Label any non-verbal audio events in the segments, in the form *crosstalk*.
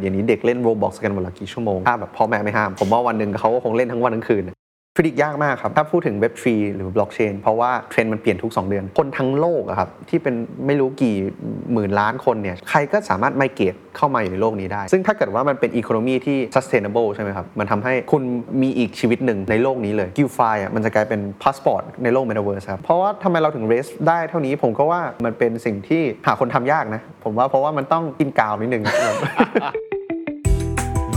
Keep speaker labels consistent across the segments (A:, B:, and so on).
A: เดี๋ยวนี้เด็กเล่น Roblox กันวันละกี่ชั่วโมงถ้าแบบพ่อแม่ไม่ห้าม ผมว่าวันหนึ่งเขาก็คงเล่นทั้งวันทั้งคืนฟิสิกยากมากครับ ถ้าพูดถึงเว็บฟรีหรือบล็อกเชนเพราะว่าเทรนด์มันเปลี่ยนทุก 2 เดือน คนทั้งโลกอะครับ ที่เป็นไม่รู้กี่หมื่นล้านคนเนี่ย ใครก็สามารถไมเกรตเข้ามาอยู่ในโลกนี้ได้ ซึ่งถ้าเกิดว่ามันเป็นอีโคโนมีที่ sustainable ใช่ไหมครับ มันทำให้คุณมีอีกชีวิตหนึ่งในโลกนี้เลยกิลไฟอ่ะมันจะกลายเป็นพาสปอร์ตในโลกเมตาเวิร์สครับ เพราะว่าทำไมเราถึงเรสได้เท่านี้ผมก็ว่ามันเป็นสิ่งที่หาคนทำยากนะผมว่าเพราะว่ามันต้องกินกาวนิดนึง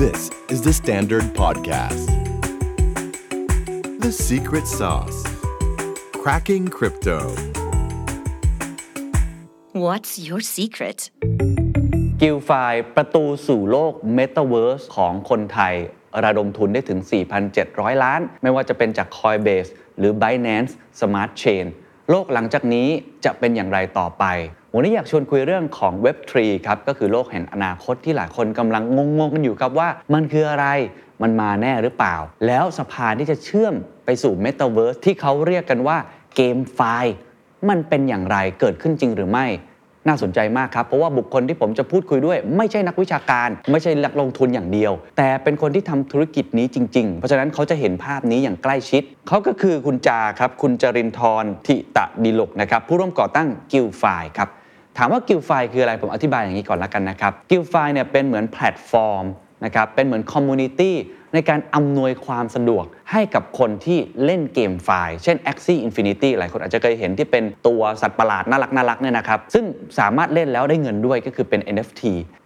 B: This is the Standard Podcast. The secret sauce. Cracking crypto.
C: What's your secret?
D: กิลไฟประตูสู่โลกเมตาเวิร์สของคนไทย ระดมทุนได้ถึง 4,700 ล้าน ไม่ว่าจะเป็นจาก Coinbase หรือ Binance Smart Chain โลกหลังจากนี้จะเป็นอย่างไรต่อไป วันนี้อยากชวนคุยเรื่องของ Web3 ครับ ก็คือโลกแห่งอนาคตที่หลายคนกำลังงงๆกันอยู่ครับว่ามันคืออะไร มันมาแน่หรือเปล่า แล้วสะพานที่จะเชื่อมไปสู่เมตาเวิร์สที่เขาเรียกกันว่าเกมไฟมันเป็นอย่างไรเกิดขึ้นจริงหรือไม่ น่าสนใจมากครับ เพราะว่าบุคคลที่ผมจะพูดคุยด้วย ไม่ใช่นักวิชาการ ไม่ใช่นักลงทุนอย่างเดียว แต่เป็นคนที่ทำธุรกิจนี้จริง ๆ เพราะฉะนั้นเขาจะเห็นภาพนี้อย่างใกล้ชิด เขาก็คือคุณจาครับ คุณจรินทร์ทิตะดิลกนะครับ ผู้ร่วมก่อตั้งกิลไฟครับ ถามว่ากิลไฟคืออะไรผมอธิบายอย่างนี้ก่อนละกันนะครับกิลไฟเนี่ยเป็นเหมือนแพลตฟอร์มนะครับเป็นเหมือนคอมมูนิตี้ในการอำนวยความสะดวกให้กับคนที่เล่นเกมไฟล์ เช่น Axie Infinity หลายคนอาจจะเคยเห็นที่เป็นตัวสัตว์ประหลาดน่ารักน่ารักเนี่ยนะครับ ซึ่งสามารถเล่นแล้วได้เงินด้วยก็คือเป็น NFT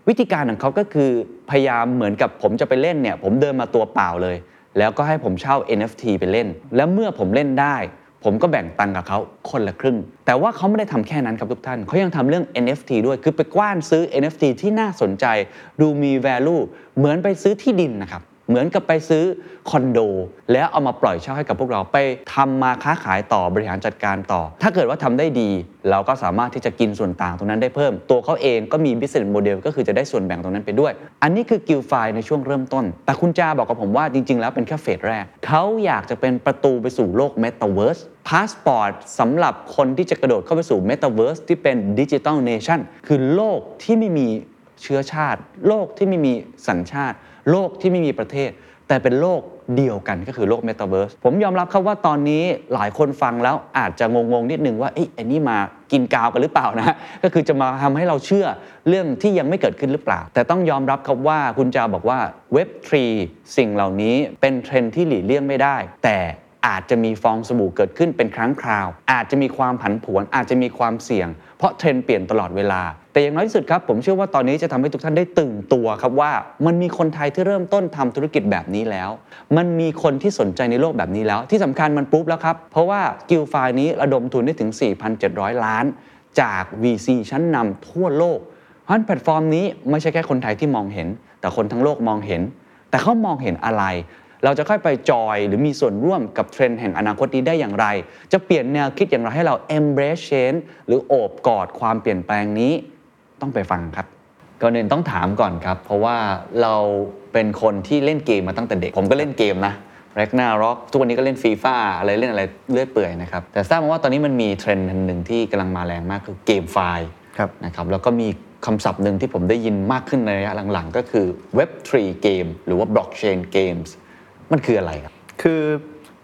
D: วิธีการของเขาก็คือพยายามเหมือนกับผมจะไปเล่นเนี่ยผมเดินมาตัวเปล่าเลย แล้วก็ให้ผมเช่า NFT ไปเล่น และเมื่อผมเล่นได้ ผมก็แบ่งตังค์กับเขาคนละครึ่ง แต่ว่าเขาไม่ได้ทำแค่นั้นครับทุกท่าน เขายังทำเรื่อง NFT ด้วย คือไปกว้านซื้อ NFT ที่น่าสนใจ ดูมี value เหมือนไปซื้อที่ดินนะครับ เหมือนกับไปซื้อคอนโด แล้วเอามาปล่อยเช่าให้กับพวกเราไปทำมาค้าขายต่อบริหารจัดการต่อ ถ้าเกิดว่าทำได้ดี เราก็สามารถที่จะกินส่วนต่างตรงนั้นได้เพิ่ม ตัวเขาเองก็มี business model ก็คือจะได้ส่วนแบ่งตรงนั้นไปด้วย อันนี้คือกิลไฟในช่วงเริ่มต้น แต่คุณจาบอกกับผมว่าจริง ๆ แล้วเป็นแค่เฟสแรก เขาอยากจะเป็นประตูไปสู่โลกเมตาเวิร์ส พาสปอร์ตสำหรับคนที่จะกระโดดเข้าไปสู่เมตาเวิร์สที่เป็นดิจิ t a ลเนชั่นคือโลกที่ไม่มีเชื้อชาติ โลกที่ไม่มีสัญชาติ โลกที่ไม่มีประเทศ แต่เป็นโลกเดียวกันก็คือโลกเมตาเวิร์สผมยอมรับครับว่าตอนนี้หลายคนฟังแล้วอาจจะงงๆนิดนึงว่าเอ้ยอันนี้มากินกาวกันหรือเปล่านะ ก็คือจะมาทำให้เราเชื่อเรื่องที่ยังไม่เกิดขึ้นหรือเปล่า แต่ต้องยอมรับครับว่าคุณจาบอกว่าเว็บทรีสิ่งเหล่านี้เป็นเทรนด์ที่หลีกเลี่ยงไม่ได้ แต่ อาจจะมีฟองสบู่เกิดขึ้นเป็นครั้งคราว อาจจะมีความผันผวน อาจจะมีความเสี่ยง เพราะเทรนด์เปลี่ยนตลอดเวลา แต่อย่างน้อยที่สุดครับ ผมเชื่อว่าตอนนี้จะทำให้ทุกท่านได้ตื่นตัวครับว่า มันมีคนไทยที่เริ่มต้นทำธุรกิจแบบนี้แล้ว มันมีคนที่สนใจในโลกแบบนี้แล้ว ที่สำคัญมันปุ๊บแล้วครับ เพราะว่ากิลไฟนี้ระดมทุนได้ถึง 4,700 ล้าน จาก VC ชั้นนำทั่วโลก เพราะฉะนั้นแพลตฟอร์มนี้ไม่ใช่แค่คนไทยที่มองเห็น แต่คนทั้งโลกมองเห็น แต่เขามองเห็นอะไร เราจะค่อยไปจอยหรือมีส่วนร่วมกับเทรนด์แห่งอนาคตนี้ได้อย่างไร จะเปลี่ยนแนวคิดอย่างไรให้เรา embrace change หรือโอบกอดความเปลี่ยนแปลงนี้ ต้องไปฟังครับ ก่อนอื่นต้องถามก่อนครับ เพราะว่าเราเป็นคนที่เล่นเกมมาตั้งแต่เด็ก ผมก็เล่นเกมนะแร็กนาร็อกทุกวันนี้ก็เล่นฟีฟ่าอะไรเล่นอะไรเลื่อยเปื่อยนะครับ แต่ทราบมาว่าตอนนี้มันมีเทรนด์อันหนึ่งที่กำลังมาแรงมากคือเกมไฟล์
A: *laughs* ครับ
D: นะครับแล้วก็มีคำศัพท์หนึ่งที่ผมได้ยินมากขึ้นในระยะหลังๆ ก็คือ Web3 Game หรือว่า Blockchain Games มันคืออะไรครับ
A: คือ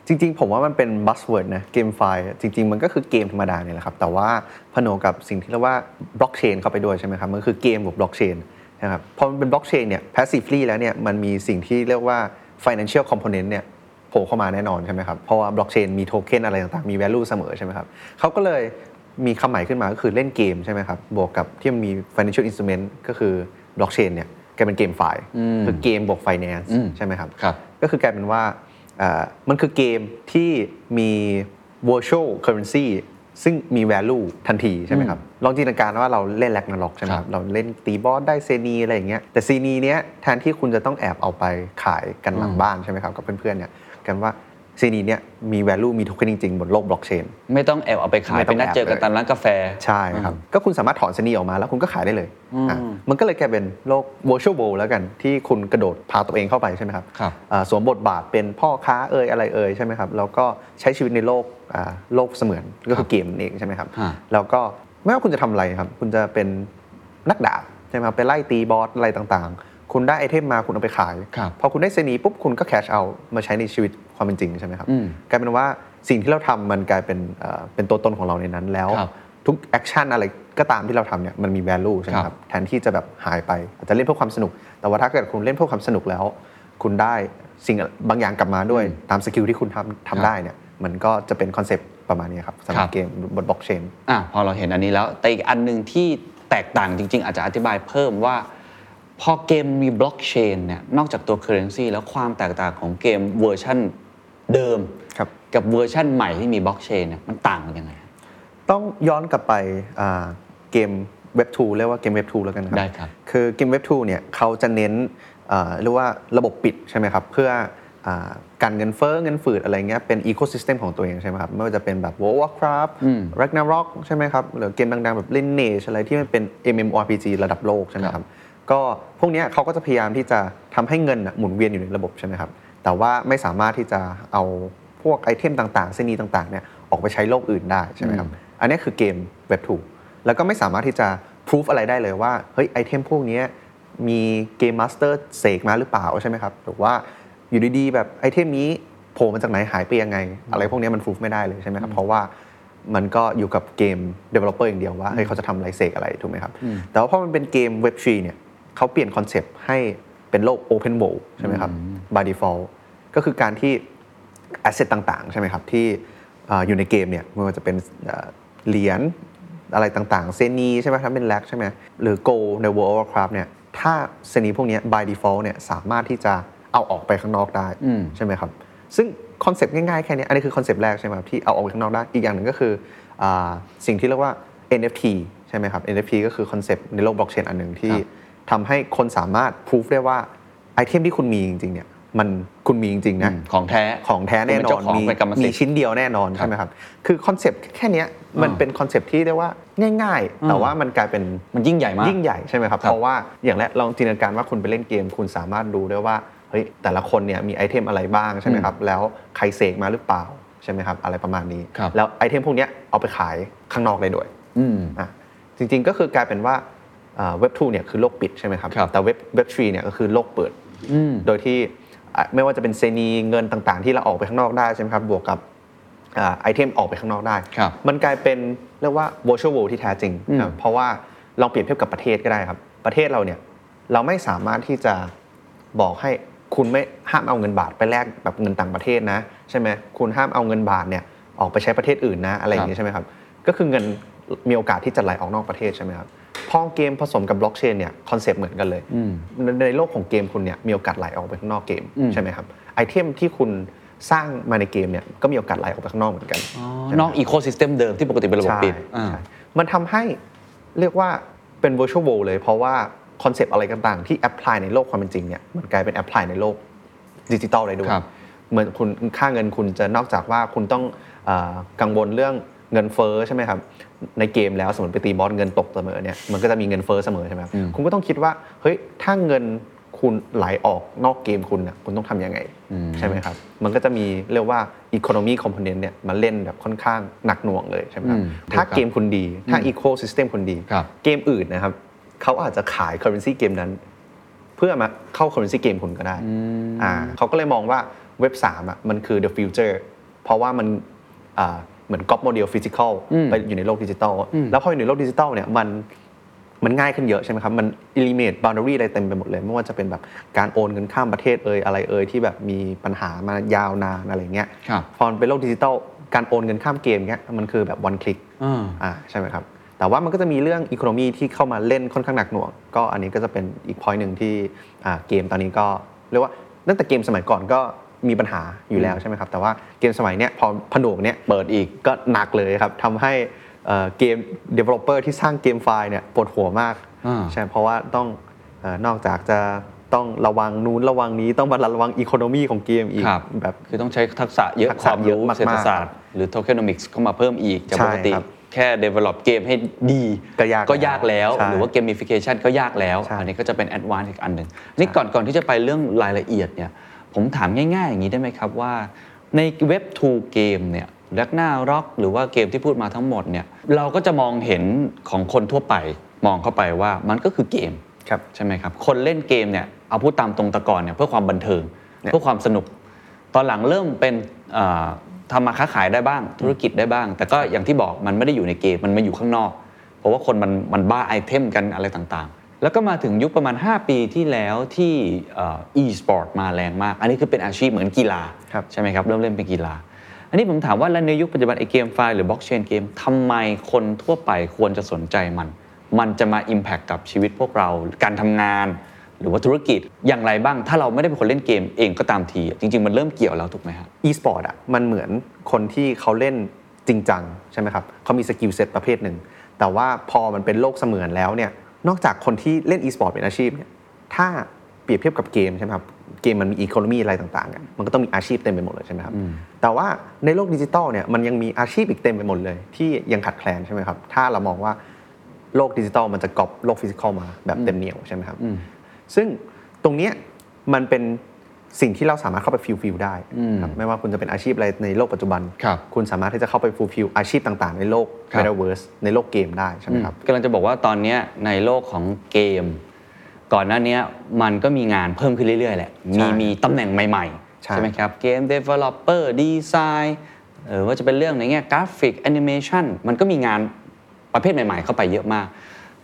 A: จริงๆ ผมว่ามันเป็นบัสเวิร์ดนะเกมไฟล์จริง ๆ มันก็คือเกมธรรมดาเนี่ยแหละครับ แต่ว่าผนวกกับสิ่งที่เรียกว่าบล็อกเชนเข้าไปด้วยใช่ไหมครับ มันคือเกมกับบล็อกเชนนะครับพอมันเป็นบล็อกเชนเนี่ย passively แล้วเนี่ยมันมีสิ่งที่เรียกว่า financial component เนี่ยโผล่เข้ามาแน่นอนใช่ไหมครับ เพราะว่าบล็อกเชนมีโทเค็นอะไรต่างๆ มี value เสมอใช่ไหมครับเขาก็เลยมีคำใหม่ขึ้นมาก็คือเล่นเกมใช่ไหมครับบวกกับที่มันมี financial instrument ก็คือบล็อกเชนเนี่ยกลายเป็นเกมไฟล์
D: อืม
A: คือเกมบวก finance
D: อืม
A: ใช่ไหมครับ
D: ครับ
A: ก็คือกลายเป็นว่าเอ่อมันคือเกมที่มี virtual currency ซึ่งมี value ทันทีใช่ไหมครับ ลองจินตนาการว่าเราเล่นแลกนาล็อกใช่ไหมค
D: ครั
A: รับ
D: บ
A: เราเล่นตีบอสได้เซนีอะไรอย่างเงี้ย แต่เซนีเนี้ยแทนที่คุณจะต้องแอบเอาไปขายกันหลังบ้านใช่ไหมครับ กับเพื่อนๆเนี่ยกันว่าเซนีเนี้ยมี value มี token จริงๆ บนโลกบล็อกเชน
D: ไม่ต้องแอบเอาไปขาย
A: ไม่ต้
D: ไป
A: อง
D: นัดเจอกัน
A: แอบเลย
D: ตามร้านกาแฟ
A: ใช่ครับ ก็คุณสามารถถอนเซนีออกมาแล้วคุณก็ขายได้เลยอ่ะ
D: อืม
A: มันก็เลยกลายเป็นโลก virtual world แล้วกันที่คุณกระโดดพาตัวเองเข้าไปใช่ไหมครับ
D: ครับ
A: อ่าสวมบทบาทเป็นพ่อค้าเอ่ยอะไรเอ่ยใช่ไหมครับแล้วก็ใช้ชีวิตในโลกอ่าโลกเสมือนก็คือเกมนั่นเองใช่ไหมครับ
D: ฮะ
A: แล้วก็ไม่ว่าคุณจะทำอะไรครับ คุณจะเป็นนักดาบใช่ไหมครับไปไล่ตีบอสอะไรต่างๆ คุณได้ไอเทมมาคุณเอาไปขาย
D: ครับ
A: พอคุณได้เซนีปุ๊บคุณก็แคชเอามาใช้ในชีวิตความเป็นจริงใช่ไหมครับ
D: อืม
A: กลายเป็นว่าสิ่งที่เราทำมันกลายเป็นเอ่อเป็นตัวตนของเราในนั้นแล้ว
D: ครับ
A: ทุกแอคชั่นอะไรก็ตามที่เราทำเนี่ยมันมี value ใช่ไหม
D: ค
A: ค
D: รั
A: รับ บแทนที่จะแบบหายไปอาจจะเล่นเพื่อความสนุก แต่ว่าถ้าเกิดคุณเล่นเพื่อความสนุกแล้ว คุณได้สิ่งบางอย่างกลับมาด้วยตามสกิลที่คุณทำทำได้เนี่ยมันก็จะเป็นคอนเซปต์ประมาณนี้ครับสำหรับเกมบนบล็อกเชน
D: อ่ะพอเราเห็นอันนี้แล้ว แต่อีกอันหนึ่งที่แตกต่างจริง ๆ อาจจะอธิบายเพิ่มว่า พอเกมมีบล็อกเชนเนี่ยนอกจากตัว Currency แล้วความแตกต่างของเกมเวอร์ชั่นเดิม
A: ครับ
D: กับเวอร์ชั่นใหม่ที่มีบล็อกเชนเนี่ยมันต่างกันยังไง
A: ต้องย้อนกลับไปอ่าเกมเว็บ2เรียกว่าเกมเว็บ2แล้วกันครับ
D: ได้ครับ
A: คือเกมเว็บ2เนี่ยเขาจะเน้นอ่าเรียกว่าระบบปิดใช่ไหมครับ เพื่ออ่าการเงินเฟ้อเงินฝืดอะไรเงี้ยเป็นอีโค y ิสเต็มของตัวเองใช่ไหมครับ ไม่ว่าจะเป็นแบบ World of Warcraft
D: อืม
A: Ragnarok ใช่ไหมครับ หรือเกมดังๆ แบบ Lineage อะไรที่มันเป็น MMORPG ระดับโลกใช่ไหมครับ ก็พวกเนี้ยเขาก็จะพยายามที่จะทำให้เงินน่ะหมุนเวียนอยู่ในระบบใช่ไหมครับ แต่ว่าไม่สามารถที่จะเอาพวกไอเทมต่างๆเส้นีต่างๆเนี่ยออกไปใช้โลกอื่นได้ใช่ไหมครับ อันเนี้ยคือเกมเว็บถูกแล้วก็ไม่สามารถที่จะพิสูจอะไรได้เลยว่าเฮ้ยไอเทมพวกเนี้ยมีเกมมาสเตอร์เสกมาหรือเปล่าใช่ไหมครับหรือว่าอยู่ดีๆแบบไอเทมนี้โผล่มาจากไหนหายไปยังไง อะไรพวกเนี้ยมันพิสูจไม่ได้เลยใช่ไหมครับเพราะว่า มันก็อยู่กับเกม developer อย่างเดียวว่าเฮ้ยเขาจะทำอะไรเสกอะไรถูกไหมครับ แต่ว่าพอมันเป็นเกมเว็บทรีเนี่ยเขาเปลี่ยนคอนเซปต์ให้เป็นโลก open world ใช่ไหมครับ by default ก็คือการที่ asset ต่างๆ ใช่ไหมครับ ที่เอ่ออยู่ในเกมเนี่ยไม่ว่าจะเป็นเอ่อเหรียญอะไรต่างๆ เซนีใช่ไหมครับเป็นแลกใช่ไหมหรือโกใน World of Warcraft เนี่ยถ้าเซนีพวกเนี้ย by default เนี่ยสามารถที่จะเอาออกไปข้างนอกได้
D: อืม
A: ใช่ไหมครับ ซึ่งคอนเซปต์ง่ายๆ แค่เนี้ยอันนี้คือคอนเซปต์แรกใช่ไหมครับที่เอาออกไปข้างนอกได้ อีกอย่างหนึ่งก็คืออาสิ่งที่เรียกว่า NFT ใช่ไหมครับ NFT ก็คือคอนเซปต์ในโลกบล็อกเชนอันหนึ่งที่ทำให้คนสามารถพิสูจได้ว่าไอเทมที่คุณมีจริงๆเนี่ยมันคุณมีจริงๆนะ
D: ของแท้
A: ของแท้แน่นอน
D: คุณเป็นเจ้าของเป็นกรรมสิ
A: มี
D: ทธิ์
A: ชิ้นเดียวแน่นอน
D: ครับ
A: ใช่ไหมครับ คือคอนเซปต์แค่เนี้ยมัน
D: อ่า
A: เป็นคอนเซปต์ที่เรียกว่าง่าย
D: อืม
A: ๆ แต่ว่ามันกลายเป็น
D: มันยิ่งใหญ่มาก
A: ยิ่งใหญ่ใช่ไหมครับ
D: ครับ
A: เพราะว่าอย่างแรกลองจินตนาการว่าคุณไปเล่นเกม คุณสามารถดูได้ว่าเฮ้ยแต่ละคนเนี่ยมีไอเทมอะไรบ้างใช่ไหมครับแล้วใครเสกมาหรือเปล่าใช่ไหมครับอะไรประมาณนี้
D: ครับ
A: แล้วไอเทมพวกเนี้ยเอาไปขายข้างนอกได้ด้วย
D: อืม
A: อ่ะจริงๆก็คือกลายเป็นว่าเว็บ2เนี่ยคือโลกปิดใช่ไหมครับ
D: ครับ
A: แต่เว็บเว็บ3เนี่ยก็คือโลกเปิด
D: อืม
A: โดยที่อ่ะไม่ว่าจะเป็นเซนีเงินต่างๆ ที่เราออกไปข้างนอกได้ใช่ไหมครับบวกกับอ่าไอเทมออกไปข้างนอกได้
D: ครับ
A: มันกลายเป็นเรียกว่า virtual world ที่แท้จริง
D: อืม
A: ครับเพราะว่าลองเปรียบเทียบกับประเทศก็ได้ครับ ประเทศเราเนี่ยเราไม่สามารถที่จะบอกให้คุณไม่ห้ามเอาเงินบาทไปแลกแบบเงินต่างประเทศนะใช่ไหมคุณห้ามเอาเงินบาทเนี่ยออกไปใช้ประเทศอื่นนะอะไรอย่างนี้ใช่ไหมครับก็คือเงินมีโอกาสที่จะไหลออกนอกประเทศใช่ไหมครับพอเกมผสมกับบล็อกเชนเนี่ยคอนเซปต์เหมือนกันเลย
D: อืม
A: ในในโลกของเกมคุณเนี่ยมีโอกาสไหลออกไปข้างนอกเกม
D: อืม
A: ใช่ไหมครับไอเทมที่คุณสร้างมาในเกมเนี่ยก็มีโอกาสไหลออกไปข้างนอกเหมือนกัน
D: อ๋อนอกอีโคซิสเต็มเดิมที่ปกติเป็นระบบ
A: ใช่
D: ปิดอ่า
A: ใช่มันทำให้เรียกว่าเป็น virtual world เลย เพราะว่าคอนเซปต์อะไรต่างๆ ที่แอพพลายในโลกความเป็นจริงเนี่ยมันกลายเป็นแอพพลายในโลกดิจิตอลเลยด้วย
D: ครับ
A: เหมือนคุณค่าเงินคุณจะนอกจากว่าคุณต้องเออกังวลเรื่องเงินเฟ้อใช่ไหมครับในเกมแล้วสมมติไปตีบอสเงินตกเสมอเนี่ยมันก็จะมีเงินเฟ้อเสมอใช่ไหมครับ คุณก็ต้องคิดว่าเฮ้ยถ้าเงินคุณไหลออกนอกเกมคุณนะคุณต้องทำยังไง ใช่ไหมครับ มันก็จะมีเรียกว่า Economy Component เนี่ยมาเล่นแบบค่อนข้างหนักหน่วงเลยใช่ไหมครับ
D: อืม
A: ถ้า
D: ถูกครับ
A: เกมคุณดีถ้า Ecosystem คุณดี
D: ครับ
A: เกมอื่นนะครับเขาอาจจะขาย Currency เกมนั้น เพื่อมาเข้า Currency เกมคุณก็ได้อ่าเขาก็เลยมองว่าเว็บ3อ่ะมันคือ the future เพราะว่ามันอ่าเหมือนก๊อปโมเดลฟิสิกอล
D: อืม
A: ไปอยู่ในโลกดิจิตอลแล้วพออยู่ในโลกดิจิตอลเนี่ยมัน มันง่ายขึ้นเยอะใช่ไหมครับ มัน eliminate boundary อะไรเต็มไปหมดเลย ไม่ว่าจะเป็นแบบการโอนเงินข้ามประเทศเอ่ยอะไรเอ่ยที่แบบมีปัญหามายาวนานอะไรเงี้ย
D: ครับ
A: พอมันเป็นโลกดิจิตอลการโอนเงินข้ามเกมเงี้ยมันคือแบบ one click
D: อ่า
A: อ่าใช่ไหมครับ แต่ว่ามันก็จะมีเรื่อง economy ที่เข้ามาเล่นค่อนข้างหนักหน่วง ก็อันนี้ก็จะเป็นอีก point หนึ่งที่อ่าเกมตอนนี้ก็เรียกว่าตั้งแต่เกมสมัยก่อนก็มีปัญหาอยู่แล้วใช่ไหมครับ แต่ว่าเกมสมัยเนี้ยพอผนวกเนี้ย
D: เปิดอีก
A: ก็หนักเลยครับทำให้เอ่อเกม developer ที่สร้างเกมไฟล์เนี่ยปวดหัวมาก
D: อ่า
A: ใช่เพราะว่าต้องเออนอกจากจะต้องระวังนู้นระวังนี้ต้องมาระวังอีโคโนมีของเกมอีก
D: ครับ
A: แบบ
D: คือต้องใช้ทักษะเยอะ
A: ทัก
D: ค
A: ษะ
D: วาม
A: เยอะ
D: รู้
A: มากๆ
D: เศรษฐศาสตร์ หรือ tokenomics เข้ามาเพิ่มอีกจาก
A: ใช่
D: ปกติ
A: ครับ
D: แค่ develop เกมให้ดี
A: ก็ยากแล้วใช่
D: แล้วหรือว่า gamification ก็ยากแล้ว
A: ใช่
D: อันนี้ก็จะเป็น advance อีกอันหนึ่งนี่ก่อนก่อนที่จะไปเรื่องรายละเอียดเนี่ยผมถามง่ายๆ อย่างนี้ได้ไหมครับว่า ในเว็บ2เกมเนี่ยแรกหน้าร็อกหรือว่าเกมที่พูดมาทั้งหมดเนี่ยเราก็จะมองเห็นของคนทั่วไปมองเข้าไปว่ามันก็คือเกม
A: ครับ
D: ใช่ไหมครับ คนเล่นเกมเนี่ย เอาพูดตามตรงแตะก่อนเนี่ยเพื่อความบันเทิง เพื่อความสนุก ตอนหลังเริ่มเป็นเอ่อทำมาค้าขายได้บ้างธุรกิจได้บ้าง แต่ก็อย่างที่บอกมันไม่ได้อยู่ในเกมมันมาอยู่ข้างนอก เพราะว่าคนมันมันบ้าไอเทมกันอะไรต่างๆ แล้วก็มาถึงยุคประมาณ 5 ปีที่แล้วที่เอ่อ e-sport มาแรงมาก อันนี้คือเป็นอาชีพเหมือนกีฬา
A: ครับ
D: ใช่ไหมครับ เริ่มเล่นเป็นกีฬา อันนี้ผมถามว่า แล้วในยุคปัจจุบันไอเกมไฟล์หรือบล็อกเชนเกมทำไมคนทั่วไปควรจะสนใจมัน มันจะมา Impact กับชีวิตพวกเราการทำงาน หรือว่าธุรกิจอย่างไรบ้าง ถ้าเราไม่ได้เป็นคนเล่นเกมเองก็ตามที จริง ๆ มันเริ่มเกี่ยวแล้วถูกไหมครับ
A: อีสปอร์ตอ่ะมันเหมือนคนที่เขาเล่นจริงจังใช่ไหมครับเขามีสกิลเซ็ตประเภทหนึ่ง แต่ว่าพอมันเป็นโลกเสมือนแล้วเนี่ยนอกจากคนที่เล่นอีสปอร์ตเป็นอาชีพเนี่ยถ้าเปรียบเทียบกับเกมใช่ไหมครับเกมมันมีอีโคโนมีอะไรต่างๆอะมันก็ต้องมีอาชีพเต็มไปหมดเลยใช่ไหมครับแต่ว่าในโลกดิจิตอลเนี่ยมันยังมีอาชีพอีกเต็มไปหมดเลย ที่ยังขาดแคลนใช่ไหมครับถ้าเรามองว่าโลกดิจิตอลมันจะกอบโลกฟิสิกอลมาแบบเต็มเหนียวใช่ไหมครับ ซึ่งตรงเนี้ยมันเป็นสิ่งที่เราสามารถเข้าไปฟิลฟิลได้ครับไม่ว่าคุณจะเป็นอาชีพอะไรในโลกปัจจุบัน
D: ครับ
A: คุณสามารถที่จะเข้าไปฟูลฟิลอาชีพต่างๆ ในโลก
D: ครับ
A: m e t a เวิร์สในโลกเกมได้ใช่ไหมครับ
D: กำลังจะบอกว่าตอนเนี้ยในโลกของเกม ก่อนหน้าเนี้ยมันก็มีงานเพิ่มขึ้นเรื่อยๆแหละ มี
A: ใช่
D: มีตำแหน่งใหม่ๆ
A: ใช่
D: ใช่ไหมครับ เกม Developer Design เออว่าจะเป็นเรื่องในแง่กราฟิกแอนิเมชันมันก็มีงานประเภทใหม่ ๆ เข้าไปเยอะมาก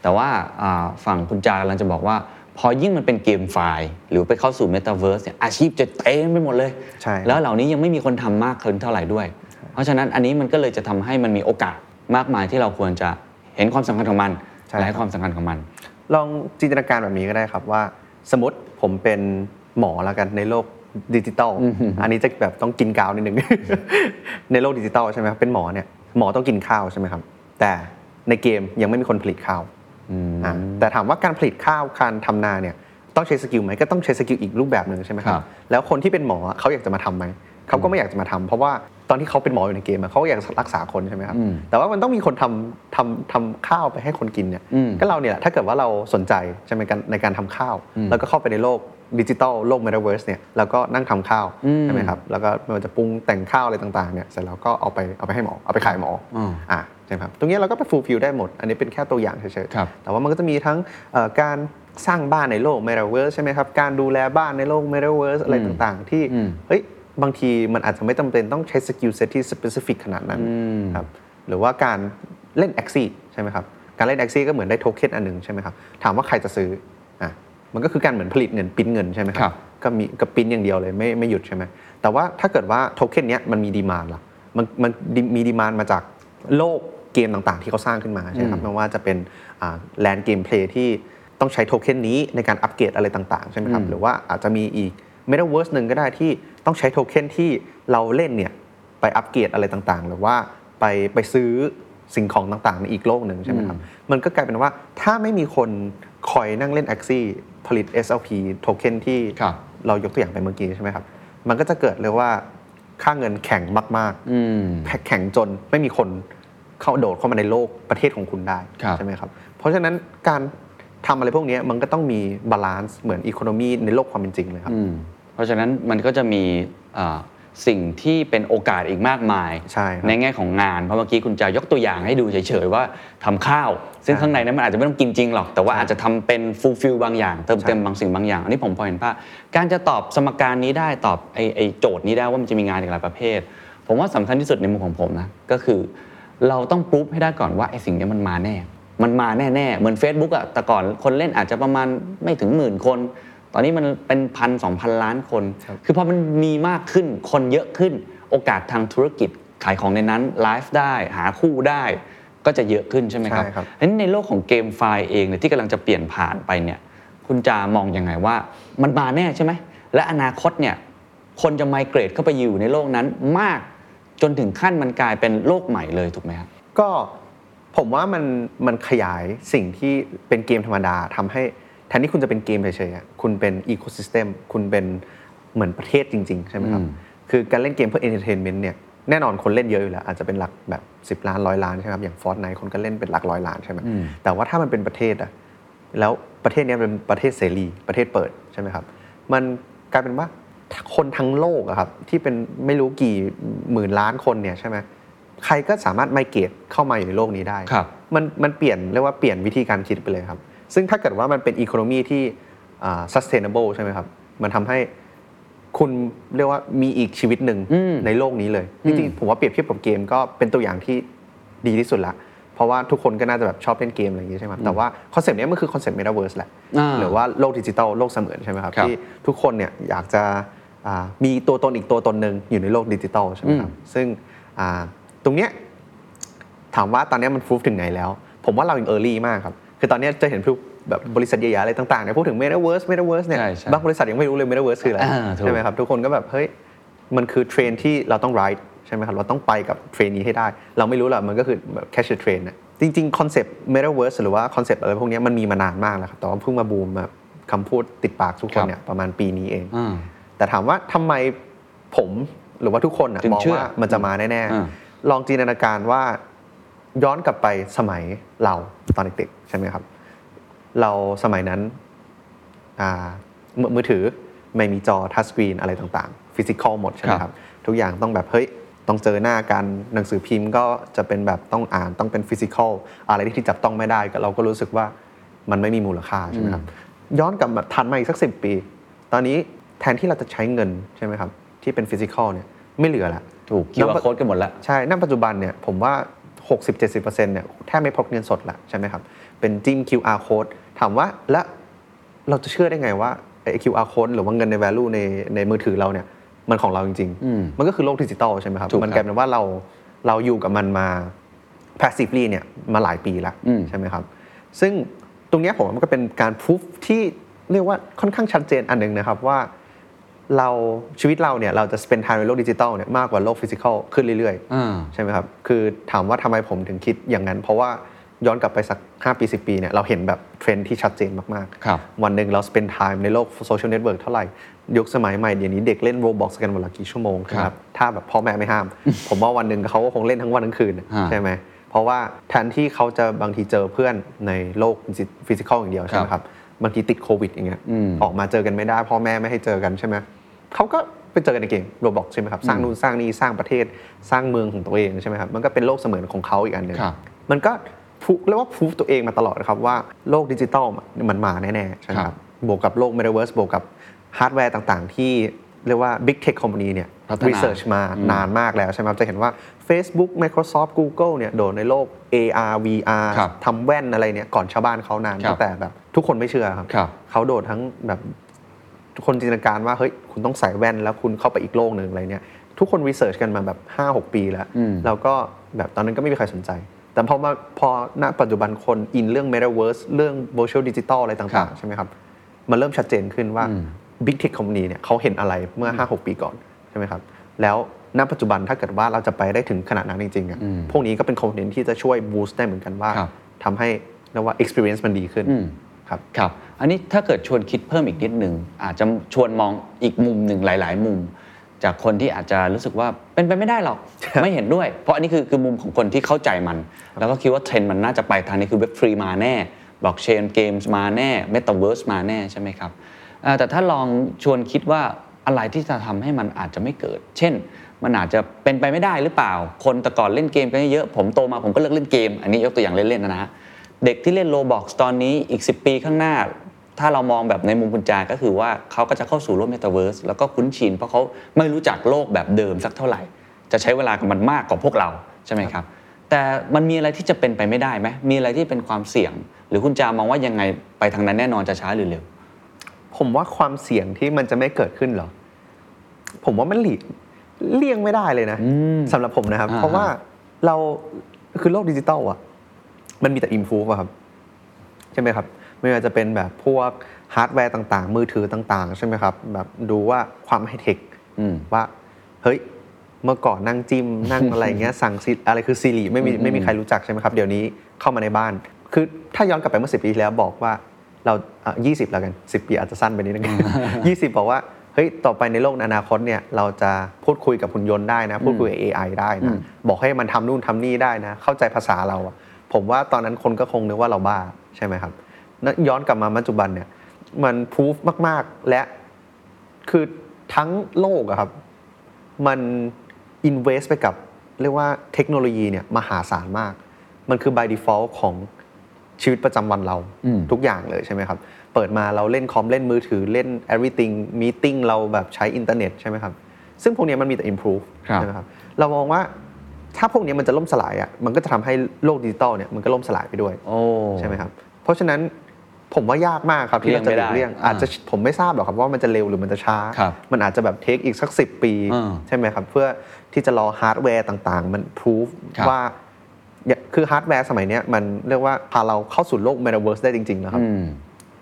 D: แต่ว่าอ่าฝั่งคุณจากำลังจะบอกว่า พอยิ่งมันเป็นเกมไฟล์ หรือไปเข้าสู่เมตาเวิร์สเนี่ยอาชีพจะเต็มไปหมดเลย
A: ใช่
D: แล้วเหล่านี้ยังไม่มีคนทำมากขึ้นเท่าไหร่ด้วย เพราะฉะนั้นอันนี้มันก็เลยจะทำให้มันมีโอกาสมากมายที่เราควรจะเห็นความสำคัญของมัน
A: ใช่
D: และให้ความสำคัญของมัน
A: ลองจินตนาการแบบนี้ก็ได้ครับว่า สมมติผมเป็นหมอแล้วกันในโลกดิจิตอลอันนี้จะแบบต้องกินกาวนิดนึง *laughs* ในโลกดิจิตอลใช่ไหมครับเป็นหมอเนี่ยหมอต้องกินข้าวใช่ไหมครับ แต่ในเกมยังไม่มีคนผลิตข้าว อ่ะแต่ถามว่าการผลิตข้าวการทำนาเนี่ยต้องใช้สกิลไหมก็ต้องใช้สกิลอีกรูปแบบหนึ่งใช่ไหมครั
D: ครับ บ
A: แล้วคนที่เป็นหมอเขาอยากจะมาทำไหมเขาก็ไม่อยากจะมาทำเพราะว่าตอนที่เขาเป็นหมออยู่ในเกมอะเขาก็อยากรักษาคนใช่ไหมครับแต่ว่ามันต้องมีคนทำทำทำข้าวไปให้คนกินเนี่ยก็เราเนี่ยแหละถ้าเกิดว่าเราสนใจใช่ไหมกันในการทำข้าว แล้วก็เข้าไปในโลกดิจิตอลโลกเมตาเวิร์สเนี่ยแล้วก็นั่งทำข้าวใช่ไหมครับแล้วก็ไม่ว่าจะปรุงแต่งข้าวอะไรต่างๆเนี่ยเสร็จแล้วก็เอาไปเอาไปให้หมอเอาไปขายหมอออ่ะใช่ไหมครับตรงเนี้ยเราก็ไปฟูลฟิลได้หมด อันนี้เป็นแค่ตัวอย่างเฉยๆ
D: ครับ
A: แต่ว่ามันก็จะมีทั้งเอ่อการสร้างบ้านในโลก Metaverse ใช่ไหมครับ การดูแลบ้านในโลก Metaverse อะไรต่างๆ ที่เฮ้ยบางทีมันอาจจะไม่จำเป็นต้องใช้สกิลเซ็ตที่ specific ขนาดนั้นครับหรือว่าการเล่น a x ซี่ใช่ไหมครับ การเล่น a x ซี่ก็เหมือนได้โทเค็นอันหนึ่งใช่ไหมครับ ถามว่าใครจะซื้ออ่ะมันก็คือการเหมือนผลิตเงินปิ้นเงินใช่ไหมค
D: ครั
A: รับ ก็มีก็ปิ้นอย่างเดียวเลยไม่ไม่หยุดใช่ไหมแต่ว่าถ้าเกิดว่าโทเค็นเนี้ยมันมีดีมานล่ะมันมันมีดีมานมาจากโลกเกมต่างๆ ที่เขาสร้างขึ้นมาใช่ไหมครับ ไม่ว่าจะเป็นแลนเกมเพลย์ที่ต้องใช้โทเค็นนี้ในการอัปเกรดอะไรต่างๆ ใช่ไหมครับ หรือว่าอาจจะมีอีกเมตาเวิร์สหนึ่งก็ได้ที่ต้องใช้โทเค็นที่เราเล่นเนี่ยไปอัปเกรดอะไรต่างๆ หรือว่าไปไปซื้อสิ่งของต่างๆ ในอีกโลกหนึ่งใช่ไหมครับ มันก็กลายเป็นว่าถ้าไม่มีคนคอยนั่งเล่น a x ซี่ผลิต SLP โทเค็นที่
D: ครับ
A: เรายกตัวอย่างไปเมื่อกี้ใช่ไหมครับ มันก็จะเกิดเลยว่าค่าเงินแข็งมากๆ
D: อืม
A: แข็งจนไม่มีคนเข้าโดดเข้ามาในโลกประเทศของคุณได้
D: ครับ
A: ใช่ไหมครับ เพราะฉะนั้นการทำอะไรพวกเนี้ยมันก็ต้องมีบาลานซ์เหมือนอีโคโนมีในโลกความเป็นจริงเลยครับ
D: อืมเพราะฉะนั้นมันก็จะมีอ่าสิ่งที่เป็นโอกาสอีกมากมาย
A: ใช่ครับ
D: แง่ของงาน เพราะเมื่อกี้คุณจะยกตัวอย่างให้ดูเฉยๆว่าทำข้าว ซึ่ง
A: ใช่
D: ข้างในนั้นมันอาจจะไม่ต้องกินจริงหรอก แต่ว่าอาจจะทำเป็นฟูลฟิลบางอย่าง เติมเต็ม
A: ใช่
D: บางสิ่งบางอย่าง อันนี้ผมพอเห็นภาพการจะตอบสมการนี้ได้ตอบไอ้ไอ้โจทย์นี้ได้ว่ามันจะมีงานอีกหลายประเภท ผมว่าสำคัญที่สุดในมุมของผมนะก็คือ เราต้องปรูฟให้ได้ก่อนว่าไอ้สิ่งเนี้ยมันมาแน่ มันมาแน่ๆ เหมือน Facebook อะแต่ก่อนคนเล่นอาจจะประมาณไม่ถึงหมื่นคน ตอนนี้มันเป็นพันสองพันล้านคน
A: ครับ
D: คือพอมันมีมากขึ้น คนเยอะขึ้น โอกาสทางธุรกิจขายของในนั้นไลฟ์ได้ หาคู่ได้ ก็จะเยอะขึ้นใช่ไหมครับ
A: ใช่ครับ
D: งั้นในโลกของเกมไฟล์เองเนี่ยที่กำลังจะเปลี่ยนผ่านไปเนี่ย คุณจามองยังไงว่ามันมาแน่ใช่ไหม และอนาคตเนี่ย คนจะไมเกรดเข้าไปอยู่ในโลกนั้นมาก จนถึงขั้นมันกลายเป็นโลกใหม่เลยถูกไหมครับ
A: ก็ผมว่ามันมันขยายสิ่งที่เป็นเกมธรรมดาทำให้แทนที่คุณจะเป็นเกมเฉยๆอะคุณเป็นอีโค y ิสเต็มคุณเป็นเหมือนประเทศจริง ๆ ใช่ไหมครับ
D: อืม
A: คือการเล่นเกมเพื่อ entertainment เนี่ยแน่นอนคนเล่นเยอะอยู่แล้ว อาจจะเป็นหลักแบบ 10 ล้านร้อยล้านใช่ไหมครับอย่าง Fortnite คนก็เล่นเป็นหลักร้อยล้านใช่ไหมแต่ว่าถ้ามันเป็นประเทศอะแล้วประเทศเนี้ยเป็นประเทศเสรีประเทศเปิดใช่ไหมครับ มันกลายเป็นว่าคนทั้งโลกอะครับที่เป็นไม่รู้กี่หมื่นล้านคนเนี่ยใช่ไหมใครก็สามารถไมเกรตเข้ามาอยู่ในโลกนี้ได้
D: ครับ
A: มันมันเปลี่ยนเรียกว่าเปลี่ยนวิธีการคิดไปเลยครับ ซึ่งถ้าเกิดว่ามันเป็นอีโคโนมีที่ อ่า sustainable ใช่ไหมครับ มันทำให้คุณเรียกว่ามีอีกชีวิตหนึ่ง
D: อืม
A: ในโลกนี้เลย
D: อื
A: จ
D: ม
A: ริงๆผมว่าเปรียบเทียบกับเกมก็เป็นตัวอย่างที่ดีที่สุดละ เพราะว่าทุกคนก็น่าจะแบบชอบเล่นเกมอะไรอย่างงี้ใช่ไหมแต่ว่าคอนเซปต์นี้ยมันคือคอนเซปต์เมตาเวิร์สแหละ
D: อ่า
A: หรือว่าโลกดิจิทัลโลกเสมือนใช่ไหมครับ
D: ครับ
A: ที่ทุกคนเนี่ยอยากจะอ่ามีตัวตนอีกตัวตนหนึ่งอยู่ในโลกดิจิทัลใช่ไหมครับซึ่งอ่าตรงเนี้ยถามว่าตอนเนี้ยมันฟูฟถึงไหนแล้ว ผมว่าเรายังเออร์ลี่มากครับ คือตอนเนี้ยจะเห็นพวกแบบบริษัทใหญ่ๆอะไรต่างๆเนี่ยพูดถึงเมตาเวิร์สเมตาเวิร์สเนี่ย
D: ใช่ใช่
A: บางบริษัทยังไม่รู้เลยเมตาเวิร์สคืออะไร
D: อ่าถูก
A: ใช่ไหมครับทุกคนก็แบบเฮ้ยมันคือเทรนที่เราต้องไรด์ใช่ไหมครับเราต้องไปกับเทรนนี้ให้ได้ เราไม่รู้หรอกมันก็คือแบบแคชเชอร์เทรนนะจริงๆคอนเซปต์เมตาเวิร์สหรือว่าคอนเซปต์อะไรพวกเนี้ยมันมีมานานมากแล้วครับแต่ว่าเพิ่งมาบูมแบบคำพูดติดปากทุกคนเนี่ยประมาณปีนี้เอง
D: อ่า
A: แต่ถามว่าทำไมผมหรือว่าทุกคนน่ะ
D: ถึง
A: มอง
D: เชื่อ
A: ว่ามันจะมาแน่
D: อ่า
A: ๆ ลองจินตนาการว่าย้อนกลับไปสมัยเราตอนเด็กๆใช่ไหมครับ เราสมัยนั้นอ่ามือมือถือไม่มีจอทัชสกรีนอะไรต่างๆฟิสิกอลหมดใช่ไหมครับ ทุกอย่างต้องแบบเฮ้ยต้องเจอหน้ากันหนังสือพิมพ์ก็จะเป็นแบบต้องอ่านต้องเป็นฟิสิกอลอะไรที่จับต้องไม่ได้ก็เราก็รู้สึกว่ามันไม่มีมูลค่าใช่ไหมครับ ย้อนกลับมาทันมาอีกสักสิปี ตอนนี้แทนที่เราจะใช้เงินใช่ไหมครับ ที่เป็นฟิสิกอลเนี่ยไม่เหลือละ
D: ถูกคิวอาโค้ดกันหมดละ
A: ใช่ณปัจจุบันเนี่ยผมว่า 60-70%เนี่ยแทบไม่พกเงินสดละใช่ไหมครับ เป็นจิ้ม QR code ถามว่าแล้วเราจะเชื่อได้ไงว่าไอ้ QR code หรือว่าเงินใน value ในในมือถือเราเนี่ยมันของเราจริง
D: อืม
A: ๆ มันก็คือโลกดิจิตอลใช่ไหมครับ
D: ถูกครับ
A: มันกลายเป็นว่าเราเราอยู่กับมันมา passively เนี่ยมาหลายปีละ
D: อืม
A: ใช่ไหมครับ ซึ่งตรงเนี้ยผมว่ามันก็เป็นการพูฟที่เรียกว่าค่อนข้างชัดเจนอันหนึงนะครับว่า เราชีวิตเราเนี่ยเราจะ spend time ในโลกดิจิทัลเนี่ยมากกว่าโลกฟิสิกอลขึ้นเรื่อย
D: อ่า
A: ๆ ใช่ไหมครับ คือถามว่าทำไมผมถึงคิดอย่างนั้น เพราะว่าย้อนกลับไปสัก 5 ปี 10 ปีเนี่ยเราเห็นแบบเทรนด์ที่ชัดเจนมาก
D: ครับ
A: วันหนึ่งเรา spend time ในโลกโซเชียลเน็ตเวิร์กเท่าไหร่ยุคสมัยใหม่เดี๋ยวนี้เด็กเล่น Roblox กันวันละกี่ชั่วโมงใช่ไหมครับถ้าแบบพ่อแม่ไม่ห้าม ผมว่าวันหนึ่งเขาก็คงเล่นทั้งวันทั้งคืนน่ะ
D: ฮะ
A: ใช่ไหมเพราะว่าแทนที่เขาจะบางทีเจอเพื่อนในโลกฟิสิกอลอย่างเดียวใช่ไหม
D: ค
A: ครั
D: รับบ
A: บางทีติดโควิดอย่างเงี้ย
D: อืม
A: ออกมาเจอกันไม่ได้พ่อแม่ไม่ให้เจอกันใช่ไหมเขาก็ไปเจอกันในเกมโรบอกใช่ไหมครับสร้างนู่นสร้างนี่สร้างประเทศสร้างเมืองของตัวเองใช่ไหมครับมันก็เป็นโลกเสมือนของเขาอีกอันหนึ่ง
D: ครับ
A: มันก็พูเรียกว่าพูฟตัวเองมาตลอดนะครับว่าโลกดิจิตอลมันมาแน่ๆใช่ไหม
D: ค
A: ค
D: รั
A: รับ บ บวกกับโลกเมตาเวิร์สบวกกับฮาร์ดแวร์ต่างๆ ที่เรียกว่า Big Tech Company เนี่ย
D: พัฒนา
A: research มานานมากแล้วใช่ไหมครับจะเห็นว่า Facebook Microsoft Google เนี่ยโดดในโลก AR VR
D: ครับ
A: ทำแว่นอะไรเนี่ยก่อนชาวบ้านเขานาน
D: ครับ
A: ตั้งแต่แบบทุกคนไม่เชื่อครับ
D: ครับ
A: เขาโดดทั้งแบบทุกคนจินตนาการว่าเฮ้ยคุณต้องใส่แว่นแล้วคุณเข้าไปอีกโลกหนึ่งอะไรเนี่ยทุกคนรีเสิร์ชกันมาแบบ 5-6 ปีแล้ว
D: อืม
A: แล้วก็แบบตอนนั้นก็ไม่มีใครสนใจ แต่พอมาพอณปัจจุบันคนอินเรื่อง Metaverse เรื่อง Virtual Digital อะไร
D: ครั
A: ต่า
D: บ
A: งๆ ใช่ไหมครับ มันเริ่มชัดเจนขึ้นว่า
D: อืม
A: Big Tech Company เนี่ยเขาเห็นอะไรเมื่อ 5-6 ปีก่อนใช่ไหมครับ แล้วณปัจจุบันถ้าเกิดว่าเราจะไปได้ถึงขนาดนั้นจริงๆอะ
D: อืม
A: พวกนี้ก็เป็นคอมโพเนนต์ที่จะช่วยบูสต์ได้เหมือนกันว่า
D: ครับ
A: ทำให้เรียกว่า experience มันดีขึ้น
D: อืม
A: ครับ
D: ครับ อันนี้ถ้าเกิดชวนคิดเพิ่มอีกนิดหนึ่งอาจจะชวนมองอีกมุมหนึ่งหลาย ๆ มุม จากคนที่อาจจะรู้สึกว่าเป็นไปไม่ได้หร *laughs* อก ไม่เห็นด้วย เพราะอันนี้คือคือมุมของคนที่เข้าใจมัน แล้วก็คิดว่าเทรนด์มันน่าจะไปทางนี้คือเว็บฟรีมาแน่บล็อกเชนเกมส์มาแน่เมตาเวิร์สมาแน่ใช่ไหมครับเอ่อแต่ถ้าลองชวนคิดว่าอะไรที่จะทำให้มันอาจจะไม่เกิด เช่น มันอาจจะเป็นไปไม่ได้หรือเปล่า คนแต่ก่อนเล่นเกมกันเยอะๆผมโตมาผมก็เลิกเล่นเกม อันนี้ยกตัวอย่างเล่นๆนะฮะ เด็กที่เล่นโลบอกตอนนี้อีก 10 ปีข้างหน้า ถ้าเรามองแบบในมุมคุณจาก็คือว่าเขาก็จะเข้าสู่โลกเมตาเวิร์สแล้วก็คุ้นชิน เพราะเขาไม่รู้จักโลกแบบเดิมสักเท่าไหร่ จะใช้เวลากับมันมากกว่าพวกเรา ใช่ไหมครับ แต่มันมีอะไรที่จะเป็นไปไม่ได้ไหมมีอะไรที่เป็นความเสี่ยง หรือคุณจามองว่ายังไงไปทางนั้นแน่นอนจะช้าหรือเร็ว
A: ผมว่าความเสี่ยงที่มันจะไม่เกิดขึ้นเหรอ ผมว่ามันหลีกเลี่ยงไม่ได้เลยนะ
D: อืม
A: สำหรับผมนะครับ
D: อ่าฮะ
A: เพราะว่าเราคือโลกดิจิตอลอะมันมีแต่อิ r ฟูฟอะครับ ใช่ไหมครับ ไม่ว่าจะเป็นแบบพวกฮาร์ดแวร์ต่างๆ มือถือต่าง ๆ ใช่ไหมครับ แบบดูว่าความไฮเทค
D: อืม
A: ว่าเฮ้ยเมื่อก่อนนั่ง
D: *laughs*
A: จิ้ม นั่งอะไรเงี้ยสั่งซิอะไรคือซีรีไม่มี
D: อืม
A: ไม่มีใครรู้จักใช่ไหมครับ เดี๋ยวนี้เข้ามาในบ้าน คือถ้าย้อนกลับไปเมื่อสิปีที่แล้วบอกว่าเรายี่สิบแล้วกันสิปีอาจจะสั้นไปนิดนึ
D: *laughs*
A: ง ยี่สิบบอกว่าเฮ้ยต่อไปในโลกในอนาคตเนี่ยเราจะพูดคุยกับหุ่นยนต์ได้นะ พูดคุยกับ AI ได้
D: อื
A: นะ
D: ม
A: บอกให้มันทำนู่นทำนี่ได้นะ เข้าใจภาษาเราอะผมว่าตอนนั้นคนก็คงนึกว่าเราบ้าใช่ไหมครับแล้วย้อนกลับมาปัจจุบันเนี่ยมันพูฟมากๆและ คือทั้งโลกอะครับ มันอินเวสไปกับเรียกว่าเทคโนโลยีเนี่ยมหาศาลมาก มันคือ by default ของชีวิตประจำวันเรา
D: อืม
A: ทุกอย่างเลยใช่ไหมครับ เปิดมาเราเล่นคอมเล่นมือถือเล่น everything meeting เราแบบใช้อินเทอร์เน็ตใช่ไหมครับ ซึ่งพวกเนี้ยมันมีแต่ improve
D: ครับ
A: ใช่ไหมครับ เรามองว่าถ้าพวกเนี้ยมันจะล่มสลายอ่ะมันก็จะทำให้โลกดิจิตอลเนี่ยมันก็ล่มสลายไปด้วย
D: โอ้
A: ใช่ไหมครับ เพราะฉะนั้นผมว่ายากมากครับที่เราจะหลีก
D: เลี่
A: เลี่
D: ย
A: ย
D: ง
A: ง
D: ไม่ได้
A: อาจจะผมไม่ทราบหรอกครับว่ามันจะเร็วหรือมันจะช้า
D: ครับ
A: มันอาจจะแบบเทคอีกสักสิปี
D: อ่า
A: ใช่ไหมครับ เพื่อที่จะรอฮาร์ดแวร์ต่างๆ มันพิสูจ
D: ครับ
A: ว่าอย่าคือฮาร์ดแวร์สมัยเนี้ยมันเรียกว่าพาเราเข้าสู่โลก m e t a เวิร์สได้จริงๆนะครับ
D: อืม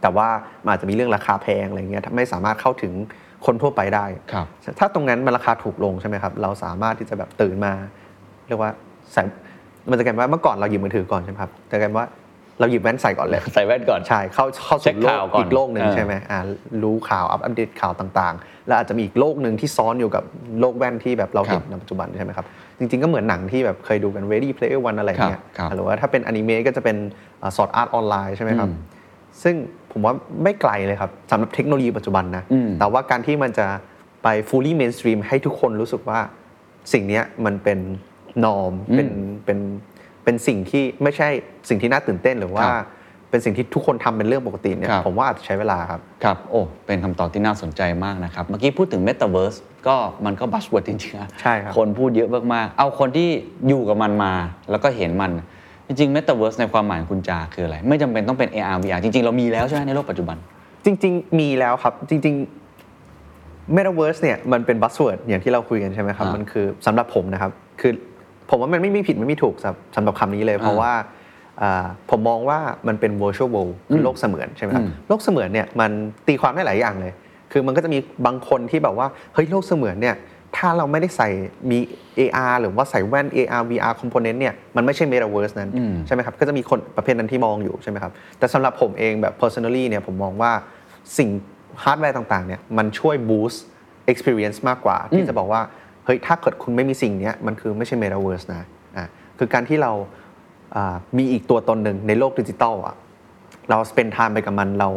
A: แต่ว่ามันอาจจะมีเรื่องราคาแพงอะไรเงี้ยไม่สามารถเข้าถึงคนทั่วไปได้
D: ครับ
A: ถ้าตรงนั้นมันราคาถูกลงใช่ไหมครับ เราสามารถที่จะแบบตื่นมา เรียกว่าใส่มันจะกลายเป็นว่าเมื่อก่อนเราหยิบมือถือก่อนใช่ไหมครับจะกลายเป็นว่าเราหยิบแว่นใส่ก่อนเลย
D: ใส่แว่นก่อน
A: ใช่เข้าเข้า
D: เช็
A: สู่
D: ค
A: โล
D: ข่าว
A: ก
D: ก่อน
A: อีกโลกหนึ่ง
D: เออ
A: ใช่ไหมอ่ารู้ข่าวอัปเดตข่าวต่างๆ แล้วอาจจะมีอีกโลกหนึ่งที่ซ้อนอยู่กับโลกแว่นที่แบบเราเห็นในปัจจุบันใช่ไหมครับ จริงๆก็เหมือนหนังที่แบบเคยดูกัน Ready Player One อะไรเงี้ย
D: ครับครับ
A: หรือว่าถ้าเป็นอนิเมะก็จะเป็นสอดอาร์ตออนไลน์ใช่ไหมครับ
D: อืม
A: ซึ่งผมว่าไม่ไกลเลยครับสำหรับเทคโนโลยีปัจจุบันนะ
D: อืม
A: แต่ว่าการที่มันจะไป fully mainstream ให้ทุกคนรู้สึกว่าสิ่งเนี้ยมันเป็น norm เป็นเป็นเป็นสิ่งที่ไม่ใช่สิ่งที่น่าตื่นเต้นหรือว่า
D: ครับ
A: เป็นสิ่งที่ทุกคนทำเป็นเรื่องปกติเนี่ย
D: ครับ
A: ผมว่าอาจจะใช้เวลาครับ
D: ครับ โอ้ เป็นคำตอบที่น่าสนใจมากนะครับ เมื่อกี้พูดถึง Metaverse ก็มันก็บัสเวิร์ดจริงๆนะ
A: ใช่ครับ
D: คนพูดเยอะมากๆ เอาคนที่อยู่กับมันมา แล้วก็เห็นมัน จริงๆ Metaverse ในความหมายของคุณจาคืออะไร ไม่จำเป็นต้องเป็น AR VR จริง ๆ เรามีแล้วใช่ไหมในโลกปัจจุบัน
A: จริง ๆ มีแล้วครับ จริง ๆ Metaverse เนี่ยมันเป็นบัสเวิร์ดอย่างที่เราคุยกันใช่ไหมครับ
D: อ่ามั
A: มันคือสำหรับผมนะครับ คือผมว่ามันไม่มีผิดไม่มีถูกสำสำหรับคำนี้เลย เพราะ
D: อ่า
A: ว่าอ่าผมมองว่ามันเป็น virtual world คือโลกเสมือนใช่ไหมครับ
D: อืม
A: โลกเสมือนเนี่ยมันตีความได้หลายอย่างเลย คือมันก็จะมีบางคนที่แบบว่าเฮ้ยโลกเสมือนเนี่ยถ้าเราไม่ได้ใส่มี AR หรือว่าใส่แว่น AR VR component เนี่ยมันไม่ใช่ Metaverse นั้น
D: อืม
A: ใช่ไหมครับ ก็จะมีคนประเภทนั้นที่มองอยู่ใช่ไหมครับ แต่สำหรับผมเองแบบ personally เนี่ยผมมองว่าสิ่งฮาร์ดแวร์ต่างๆเนี่ยมันช่วย boost experience มากกว่า ที่จะบอกว่า เฮ้ย ถ้าเกิดคุณไม่มีสิ่งเนี้ยมันคือไม่ใช่ metaverse นะอ่ะคือการที่เราอ่ามีอีกตัวตนหนึ่งในโลกดิจิตอลอ่ะ เราสเปนไทม์ไปกับมันเรา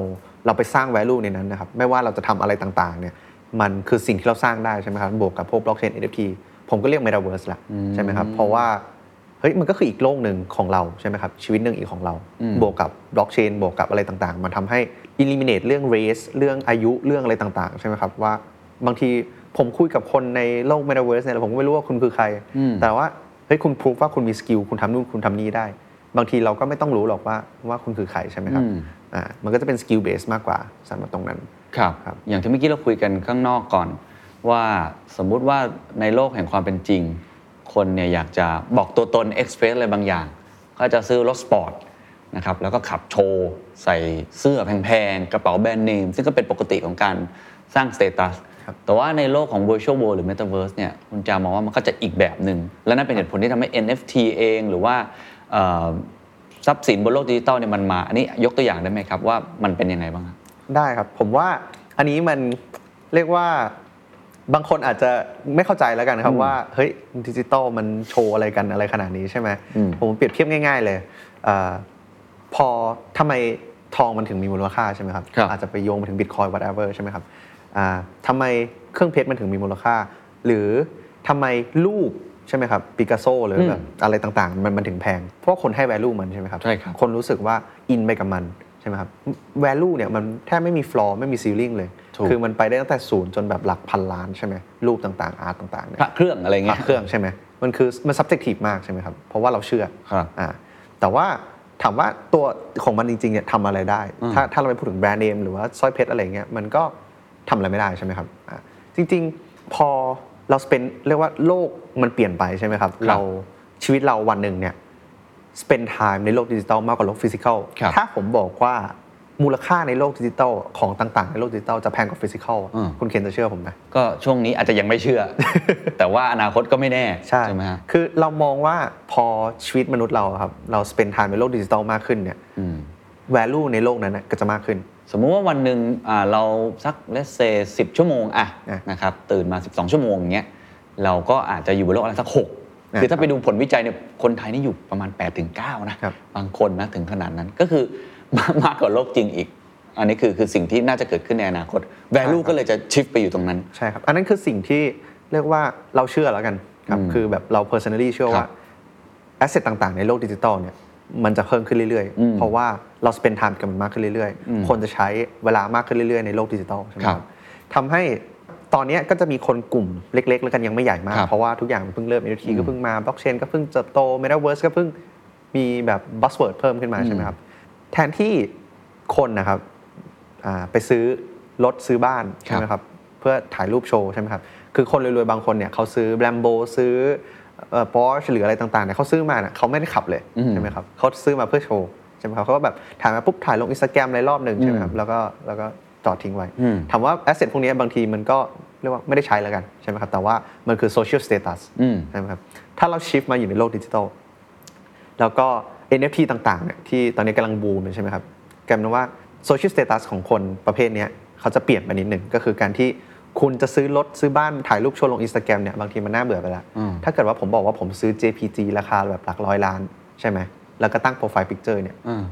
A: เราไปสร้าง value ในนั้นนะครับ ไม่ว่าเราจะทำอะไรต่างๆเนี่ยมันคือสิ่งที่เราสร้างได้ใช่ไหมครับ บวกกับพวก blockchain NFT ผมก็เรียก metaverse ละใช่ไหมครับ เพราะว่าเฮ้ยมันก็คืออีกโลกหนึ่งของเราใช่ไหมครับ ชีวิตหนึ่งอีกของเรา บวกกับ blockchain บวกกับอะไรต่างๆ มันทำให้ eliminate เรื่อง race เรื่องอายุเรื่องอะไรต่างๆ ใช่ไหมครับว่าบางทีผมคุยกับคนในโลก metaverse เนี่ยแล้วผมก็ไม่รู้ว่าคุณคือใคร แต่ว่าเฮ้ยคุณพิสูจว่าคุณมีสกิลคุณทำนู่นคุณทำนี่ได้ บางทีเราก็ไม่ต้องรู้หรอกว่าว่าคุณคือใครใช่ไหมครับ
D: อืม
A: อ่ามันก็จะเป็นสกิลเบสมากกว่าสำหรับตรงนั้น
D: ครับ
A: ครับ
D: อย่างที่เมื่อกี้เราคุยกันข้างนอกก่อน ว่าสมมุติว่าในโลกแห่งความเป็นจริง คนเนี่ยอยากจะบอกตัวตนเอ็กเพรสอะไรบางอย่าง ก็จะซื้อรถสปอร์ตนะครับแล้วก็ขับโชว์ใส่เสื้อแพงๆ กระเป๋าแบรนด์เนม ซึ่งก็เป็นปกติของการสร้างสเตตัสแต่ว่าในโลกของ Virtual World หรือ Metaverse เนี่ยคุณจามองว่ามันก็จะอีกแบบหนึ่งและนั่นเป็นเหตุผลที่ทำให้ NFT เองหรือว่าเอ่อทรัพย์สินบนโลกดิจิตอลเนี่ยมันมา อันนี้ยกตัวอย่างได้ไหมครับว่ามันเป็นยังไงบ้างครับ
A: ได้ครับ ผมว่าอันนี้มันเรียกว่าบางคนอาจจะไม่เข้าใจแล้วกันนะครับ ว่าเฮ้ยดิจิตอลมันโชว์อะไรกันอะไรขนาดนี้ใช่ไหม
D: อืม
A: ผมเปรียบเทียบง่าย ๆ เลยเออพอทำไมทองมันถึงมีมูลค่าใช่ไหมครับ
D: ครับ
A: อาจจะไปโยงไปถึงบิตคอย whatever ใช่ไหมครับอ่าทำไมเครื่องเพชรมันถึงมีมูลค่า หรือทำไมรูปใช่ไหมครับปิกัสโซหรืออ
D: ม
A: แบบอะไรต่างๆ มันมันถึงแพง เพราะว่าคนให้ value มันใช่ไหมครับ
D: ใช่ครับ
A: คนรู้สึกว่าอินไปกับมันใช่ไหมครับ value เนี่ยมันแทบไม่มีฟลอร์ไม่มีซีลิงเลย
D: ถูก
A: คือมันไปได้ตั้งแต่ศูนย์จนแบบหลักพันล้านใช่ไหมรูปต่างๆ อาร์ตต่างๆเนี่
D: พ
A: ย
D: ระเครื่องอะไร
A: พ
D: เงี้
A: ระ
D: ย
A: เครื่องใช่ไหมมันคือมัน subjective มากใช่ไหมครับ เพราะว่าเราเชื่อ
D: ครับ
A: อ่าแต่ว่าถามว่าตัวของมันจริงๆเนี่ยทำอะไรได้
D: อืม
A: ถ้าถ้าเราไปพูดถึงแบรนด์เนมหรือว่าสร้อยเพชรอะไรเงี้ยมันก็ทำอะไรไม่ได้ใช่ไหมครับอ่าจริงๆพอเราเป็นเรียกว่าโลกมันเปลี่ยนไปใช่ไหมครับ เราชีวิตเราวันหนึ่งเนี่ย spend time ในโลกดิจิตอลมากกว่าโลกฟิสิกอล
D: ครับ
A: ถ้าผมบอกว่ามูลค่าในโลกดิจิตอลของต่าง ๆ ในโลกดิจิตอลจะแพงกว่าฟิสิกอล
D: อืม
A: คุณเคนจะเชื่อผมไหม
D: ก็ช่วงนี้อาจจะยังไม่เชื่อ *laughs* แต่ว่าอนาคตก็ไม่แน่ไหมฮะ
A: คือเรามองว่าพอชีวิตมนุษย์เราอะครับ เรา spend time ในโลกดิจิตอลมากขึ้นเนี่ย
D: อืม
A: value ในโลกนั้นน่ะก็จะมากขึ้น
D: สมมุติว่าวันหนึ่งอ่าเราสัก let's say 10 ชั่วโมงอะ
A: อ่ะ
D: นะครับตื่นมา 12 ชั่วโมงอย่างเงี้ยเราก็อาจจะอยู่บนโลกอะไรสัก 6
A: ะ
D: คือถ้าไปดูผลวิจัยเนี่ยคนไทยนี่อยู่ประมาณ 8 ถึง 9 นะครับ บางคนนะถึงขนาดนั้นก็คือ *laughs* มากกว่าโลกจริงอีก อันนี้คือคือสิ่งที่น่าจะเกิดขึ้นในอนาคต value ก็เลยจะชิฟไปอยู่ตรงนั้น
A: ใช่ครับ อันนั้นคือสิ่งที่เรียกว่าเราเชื่อแล้วกันครับ
D: อืม
A: คือแบบเรา personally เชื่อ
D: ครับ
A: ว่า asset ต่างๆ ในโลกดิจิตอลเนี่ย มันจะเพิ่มขึ้นเรื่อย
D: อืม
A: ๆ เพราะว่าเราสเปนไทม์กับมันมากขึ้นเรื่อย
D: อืม
A: ๆ คนจะใช้เวลามากขึ้นเรื่อยๆ ในโลกดิจิทัลใช่ไหม
D: ครับ
A: ครับทำให้ตอนเนี้ยก็จะมีคนกลุ่มเล็กๆ แล้วกันยังไม่ใหญ่มาก
D: ครับ
A: เพราะว่าทุกอย่างมันเพิ่งเริ่ม NFT
D: อืม
A: ก็เพิ่งมาบล็อกเชนก็เพิ่งเติบโตเมตาเวิร์สก็เพิ่งมีแบบบัสเวิร์ดเพิ่มขึ้นมา
D: อืม
A: ใช่ไหมครับแทนที่คนนะครับอ่าไปซื้อรถซื้อบ้านใช่ไหมครับเพื่อถ่ายรูปโชว์ใช่ไหมครับคือคนรวยๆบางคนเนี่ยเขาซื้อแบมโบซื้อปอร์ชหรืออะไรต่างๆเนี่ยเขาซื้อมาเนี่ยเขาไม่ได้ขับเลย
D: อืม
A: ใช่ไหมครับเขาซื้อมาเพื่อโชว์ใช่ไหมครับเขาก็แบบถ่ายมาปุ๊บถ่ายลงอินสตาแกรมอะไรรอบหนึ่งใช่ไหมครับแล้วก็แล้วก็จอดทิ้งไว้
D: อืม
A: ถามว่าแอสเซทพวกนี้บางทีมันก็เรียกว่าไม่ได้ใช้แล้วกันใช่ไหมครับแต่ว่ามันคือโซเชียลสเตตัส
D: อืม
A: ใช่ไหมครับถ้าเราชิฟมาอยู่ในโลกดิจิทัลแล้วก็ NFT ต่างๆเนี่ยที่ตอนนี้กำลังบูมเลยใช่ไหมครับกลายเป็นว่าโซเชียลสเตตัสของคนประเภทเนี้ยเขาจะเปลี่ยนไปนิดหนึ่งก็คือการที่คุณจะซื้อรถซื้อบ้านถ่ายรูปโชว์ลงอินสตาแกรมเนี่ยบางทีมันน่าเบื่อไปแล้ว
D: อืม
A: ถ้าเกิดว่าผมบอกว่าผมซื้อ JPG ราคาแบบหลักร้อยล้านใช่ไหม แล้วก็ตั้งโปรไฟล์พิกเจอร์เนี่ย
D: อ่า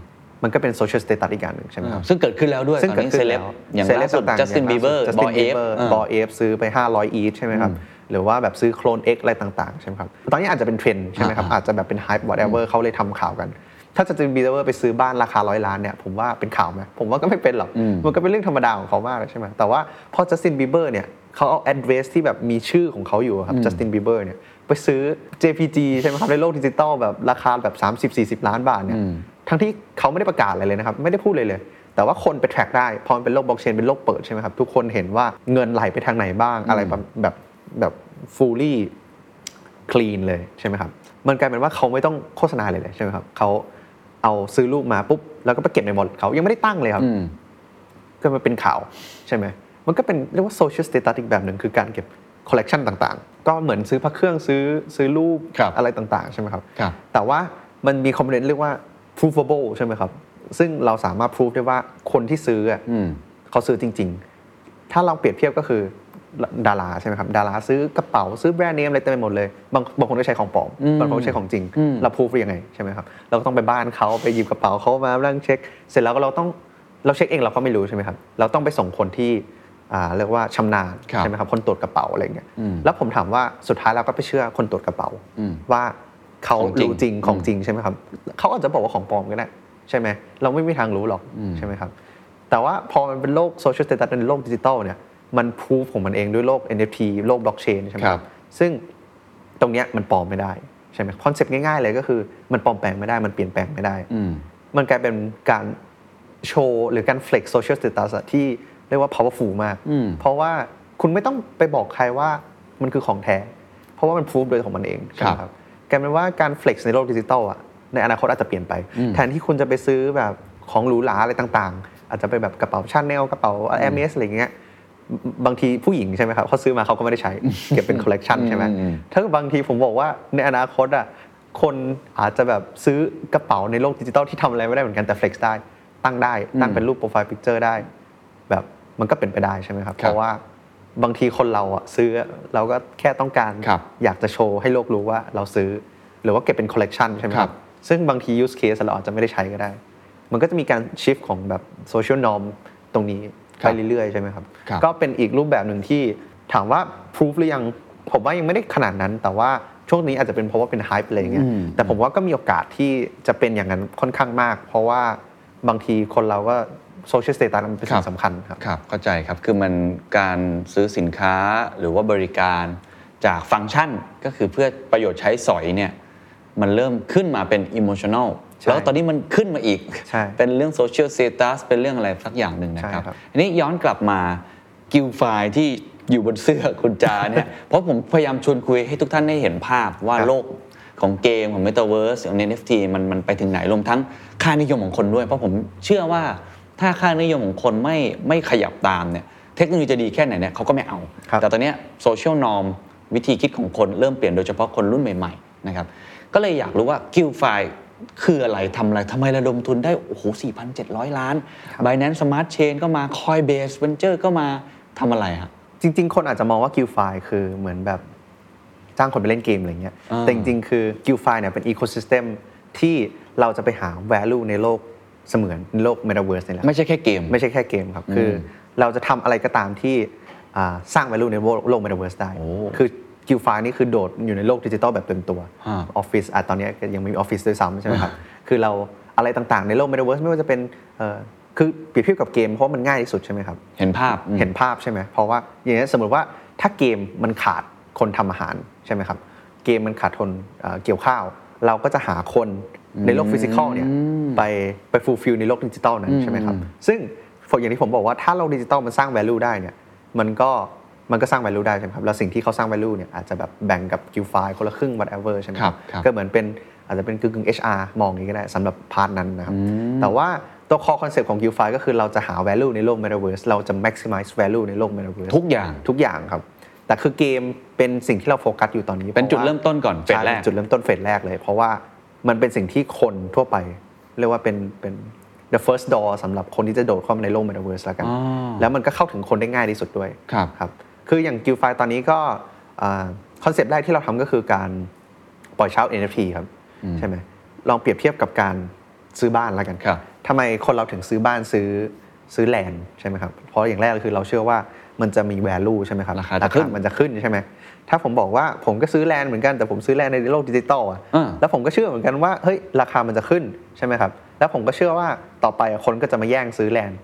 A: มันก็เป็นโซเชียลสเตตัสอีกอย่างหนึ่งใช่ไหมครับ
D: ซึ่งเกิดขึ้นแล้วด้วย
A: ซึ่ง
D: ตอน
A: เกิด
D: นี้
A: ขึ้
D: เซ
A: น
D: เล
A: แล้
D: บ
A: ว
D: อย่างล่าสุดจัสตินบีเบอร์
A: จัส
D: บ
A: ติ
D: อน เอ
A: บี
D: ฟ
A: เบอร์บอเอฟซื้อไป 500 อีทใช่ไหมครับ
D: อืม
A: หรือว่าแบบซื้อโคลน X อะไรต่างๆ ใช่ไหมครับ ตอนนี้อาจจะเป็นเทรนด์ใช่ไหมครับ
D: อ่าๆ
A: อาจจะแบบเป็นไฮป์ whatever เขาเลยทำข่าวกัน ถ้าจัสตินบีเบอร์ไปซื้อบ้านราคาร้อยล้านเนี่ยผมว่าเป็นข่าวไหมผมว่าก็ไม่เป็นหรอก มันก็เป็นเรื่องธรรมดาของเขามากเลยใช่ไหมแต่ว่าพอจัสตินบีเบอร์เนี่ยเขาเอา address ที่แบบมีชื่อของเขาอยู่อะครับจัสตินบีเบอร์เนี่ยไปซื้อ JPG ใช่ไหมครับในโลกดิจิตอลแบบราคาแบบ 30-40 ล้านบาทเนี่ย ทั้งที่เขาไม่ได้ประกาศอะไรเลยนะครับ ไม่ได้พูดเลยเลย แต่ว่าคนไปแทร็กได้เพอมันเป็นโลกบล็อกเชนเป็นโลกเปิดใช่ไหมครับ ทุกคนเห็นว่าเงินไหลไปทางไหนบ้างอะไรแบบแบบแบบฟูลี่คลีนเลยใช่ไหมครับ มันกลายเป็นว่าเขาไม่ต้องโฆษณาเลยเลยใช่ไหมครับเขาเอาซื้อรูปมาปุ๊บ แล้วก็ไปเก็บในวอลเล็ตเขายังไม่ได้ตั้งเลยครับ
D: อืม
A: ก็มาเป็นข่าวใช่ไหม มันก็เป็นเรียกว่าโซเชียลสเตตัสอีกแบบหนึ่งคือการเก็บคอลเลกชันต่างๆ ก็เหมือนซื้อพระเครื่องซื้อซื้อรูป
D: ครับ
A: อะไรต่างๆ ใช่ไหมครับ
D: ครับ
A: แต่ว่ามันมีคอมโพเนนต์เรียกว่า provable ใช่ไหมครับ ซึ่งเราสามารถ prove ได้ว่าคนที่ซื้ออะ
D: อืม
A: เขาซื้อจริง ๆ ถ้าลองเปรียบเทียบก็คือดาราใช่ไหมครับ ดาราซื้อกระเป๋าซื้อแบรนด์เนมอะไรเต็มไปหมดเลย บางบางคนก็ใช้ของปลอมบางคนก็ใช้ของจริง
D: อืม
A: เราพูดไปยังไงใช่ไหมครับเราก็ต้องไปบ้านเขาไปหยิบกระเป๋าเขามานั่งเช็ค เสร็จแล้วก็เราต้องเราเช็คเองเราก็ไม่รู้ใช่ไหมครับเราต้องไปส่งคนที่อ่าเรียกว่าชำนาญ
D: ครับ
A: ใช่ไหมครับคนตรวจกระเป๋าอะไรอย่างเงี้ย
D: อืม
A: แล้วผมถามว่าสุดท้ายเราก็ไปเชื่อคนตรวจกระเป๋า
D: อืม
A: ว่าเขา
D: ของจริง
A: รู้จริงของ
D: อืม
A: จริงใช่ไหมครับเขาอาจจะบอกว่าของปลอมก็ได้ใช่ไหมเราไม่มีทางรู้หรอก
D: อืม
A: ใช่ไหมครับแต่ว่าพอมันเป็นโลกโซเชียลสเตตัสเป็นโลกดิจิทัลเนี่ยมันพูฟของมันเองด้วยโลก NFT โลกบล็อกเชนใช่ไหม
D: ครับ
A: ซึ่งตรงเนี้ยมันปลอมไม่ได้ใช่ไหมคอนเซ็ปต์ง่ายๆเลยก็คือมันปลอมแปลงไม่ได้มันเปลี่ยนแปลงไม่ได้
D: อืม
A: มันกลายเป็นการโชว์หรือการ flex social status อะที่เรียกว่า powerful มาก
D: อืม
A: เพราะว่าคุณไม่ต้องไปบอกใครว่ามันคือของแท้ เพราะว่ามันพูดโดยของมันเองใช่ไหม
D: ค
A: ค
D: รั
A: รั
D: บบ
A: กลายเป็นว่าการ flex ในโลกดิจิทัลอะในอนาคตอาจจะเปลี่ยนไป
D: อืม
A: แทนที่คุณจะไปซื้อแบบของหรูหราอะไรต่างๆ อาจจะไปแบบกระเป๋าชาแนลกระเป๋าแอมเอสอะไรอย่างเงี้ยบบางทีผู้หญิงใช่ไหมครับเขาซื้อมาเขาก็ไม่ได้ใช้ เก็บเป็นคอลเลกชันใช่ไหม
D: อืมอืม
A: ถ้าบางทีผมบอกว่าในอนาคตอ่ะคนอาจจะแบบซื้อกระเป๋าในโลกดิจิทัลที่ทำอะไรไม่ได้เหมือนกันแต่ flex ได้ ตั้งได้ ตั้งเป็นรูปโปรไฟล์พิกเจอร์ได้ แบบมันก็เป็นไปได้ใช่ไหมครับ
D: ครั
A: เพ
D: บ
A: ราะว่าบางทีคนเราอ่ะซื้อเราก็แค่ต้องการ
D: ครับ
A: อยากจะโชว์ให้โลกรู้ว่าเราซื้อ หรือว่าเก็บเป็นคอลเลกชันใช่ไหมค
D: ครั
A: รับ บ ซึ่งบางที use case เราอาจจะไม่ได้ใช้ก็ได้ มันก็จะมีการชิฟของแบบโซเชียลนอมตรงนี้
D: ค
A: ไป
D: รับ
A: เรื่อยๆใช่ไหมครับ
D: ครับ
A: ก็เป็นอีกรูปแบบหนึ่งที่ถามว่าพิสูจหรือยัง ผมว่ายังไม่ได้ขนาดนั้น แต่ว่าช่วงนี้อาจจะเป็นเพราะว่าเป็นไฮป์อะไรอย่างเงี้ย
D: อืม
A: แต่ผมว่าก็มีโอกาสที่จะเป็นอย่างนั้นค่อนข้างมาก เพราะว่าบางทีคนเราก็โซเชียลสเตตัสมันเป็นสิ่งสำคัญครับ
D: ครับเข้าใจครับคือมันการซื้อสินค้าหรือว่าบริการจากฟังก์ชันก็คือเพื่อประโยชน์ใช้สอยเนี่ยมันเริ่มขึ้นมาเป็นอิ o มชั n น l ล
A: ใช่
D: แล้วตอนนี้มันขึ้นมาอีก
A: ใช่
D: เป็นเรื่องโซเชียล t a ต u สเป็นเรื่องอะไรสักอย่างหนึ่งนะครับ
A: ใช่ครับ
D: อันนี้ย้อนกลับมากิลไฟที่อยู่บนเสื้อคุณจาเนี่ย *laughs* เพราะผมพยายามชวนคุยให้ทุกท่านได้เห็นภาพว่า
A: ครับ
D: โลกของเกมของ Metaverse ของ NFT มันมันไปถึงไหนรวมทั้งค่านิยมของคนด้วย เพราะผมเชื่อว่าถ้าค่านิยมของคนไม่ไม่ขยับตามเนี่ยเทคโนโลยีจะดีแค่ไหนเนี่ยเขาก็ไม่เอา
A: ครับ
D: แต่ตอนเนี้โซเชียลนอมวิธีคิดของคนเริ่มเปลี่ยนโดยเฉพาะคนรุ่นใหม่ๆนะครับก็เลยอยากรู้ว่ากิลไฟคืออะไรทำอะไรทำไมระดมทุนได้ โอ้โห 4,700 ล้าน Binance Smart Chain ก็มา Coinbase Venture ก็มาทำอะไรฮะ
A: จริง ๆ คนอาจจะมองว่ากิลไฟคือเหมือนแบบจ้างคนไปเล่นเกมอะไรเงี้ย
D: อ่า
A: แต่จริง ๆ คือกิลไฟเนี่ยเป็นอีโคซิสเต็มที่เราจะไปหา value ในโลกเสมือนในโลกเมตาเวิร์สนี่แหละ
D: ไม่ใช่แค่เกม
A: ไม่ใช่แค่เกมครับ คือเราจะทำอะไรก็ตามที่อ่าสร้าง value ในโลกโลกเมตาเวิร์สได้
D: โอ้
A: คือกิลฟานี่คือโดดอยู่ในโลกดิจิตอลแบบเต็มตัว
D: ฮะ
A: ออฟฟิศอ่ะตอนเนี้ยยังไม่มีออฟฟิศด้วยซ้ำใช่ไหมครับ คือเราอะไรต่างๆ ในโลก Metaverse ไม่ว่าจะเป็นเอ่อคือเปรียบเทียบกับเกมเพราะว่ามันง่ายที่สุดใช่ไหมครับ
D: เห็นภาพอืม
A: เห็นภาพใช่ไหม เพราะว่าอย่างนี้นสมมติว่าถ้าเกมมันขาดคนทำอาหารใช่ไหมครับ เกมมันขาดคนเอ่อเกี่ยวข้าว เราก็จะหาคนในโลกฟิสิกอลเนี่ย
D: อืม
A: ไปไปฟูลฟิลในโลกดิจิตอลนั้น
D: อืม
A: ใช่ไหมครับ
D: อืม
A: ซึ่งอย่างที่ผมบอกว่าถ้าโลกดิจิตอลมันสร้าง value ได้เนี่ยมันก็มันก็สร้าง value ได้ใช่ไหมครับ แล้วสิ่งที่เขาสร้าง value เนี่ยอาจจะแบบแบ่งกับกิลไฟคนละครึ่ง whatever ใช่ไหม
D: ครับครับ
A: ก็เหมือนเป็นอาจจะเป็นกึ่งกึ่ง HR มองอย่างนี้ก็ได้สำหรับพาร์ทนั้นนะครับ
D: อืม
A: แต่ว่าตัว core concept ของ Gilfi ก็คือเราจะหา value ในโลก Metaverse เราจะ maximize value ในโลก Metaverse
D: ทุกอย่าง
A: ทุกอย่างครับ แต่คือเกมเป็นสิ่งที่เราโฟกัสอยู่ตอนนี้
D: เป็นจุด
A: พาะว่า
D: เริ่มต้นก่อนเฟส
A: ใช่
D: แรก
A: เป็นจุดเริ่มต้นเฟสแรกเลย เพราะว่ามันเป็นสิ่งที่คนทั่วไป เรียกว่าเป็นเป็น the first door สำหรับคนที่จะโดดเข้ามาในโลก Metaverse แล้วกัน
D: อ๋อ
A: แล้วมันก็เข้าถึงคนได้ง่ายที่สุดด้วย
D: ครับ
A: ครับ คืออย่างกิลไฟตอนนี้ก็คอนเซปต์แรกที่เราทำก็คือการปล่อยเช่า NFT ครับ
D: อืม
A: ใช่ไหมลองเปรียบเทียบกับการซื้อบ้านแล้วกัน
D: ครับ
A: ทำไมคนเราถึงซื้อบ้านซื้อซื้อแลนด์ใช่ไหมครับ เพราะอย่างแรกคือเราเชื่อว่ามันจะมี value ใช่ไหมครับ
D: ราคาจะขึ้น
A: มันจะขึ้นใช่ไหมถ้าผมบอกว่าผมก็ซื้อแลนด์เหมือนกันแต่ผมซื้อแลนด์ในโลกดิจิตอลอะ
D: อ่า
A: แล้วผมก็เชื่อเหมือนกันว่าเฮ้ยราคามันจะขึ้นใช่ไหมครับแล้วผมก็เชื่อว่าต่อไปคนก็จะมาแย่งซื้อแลนด์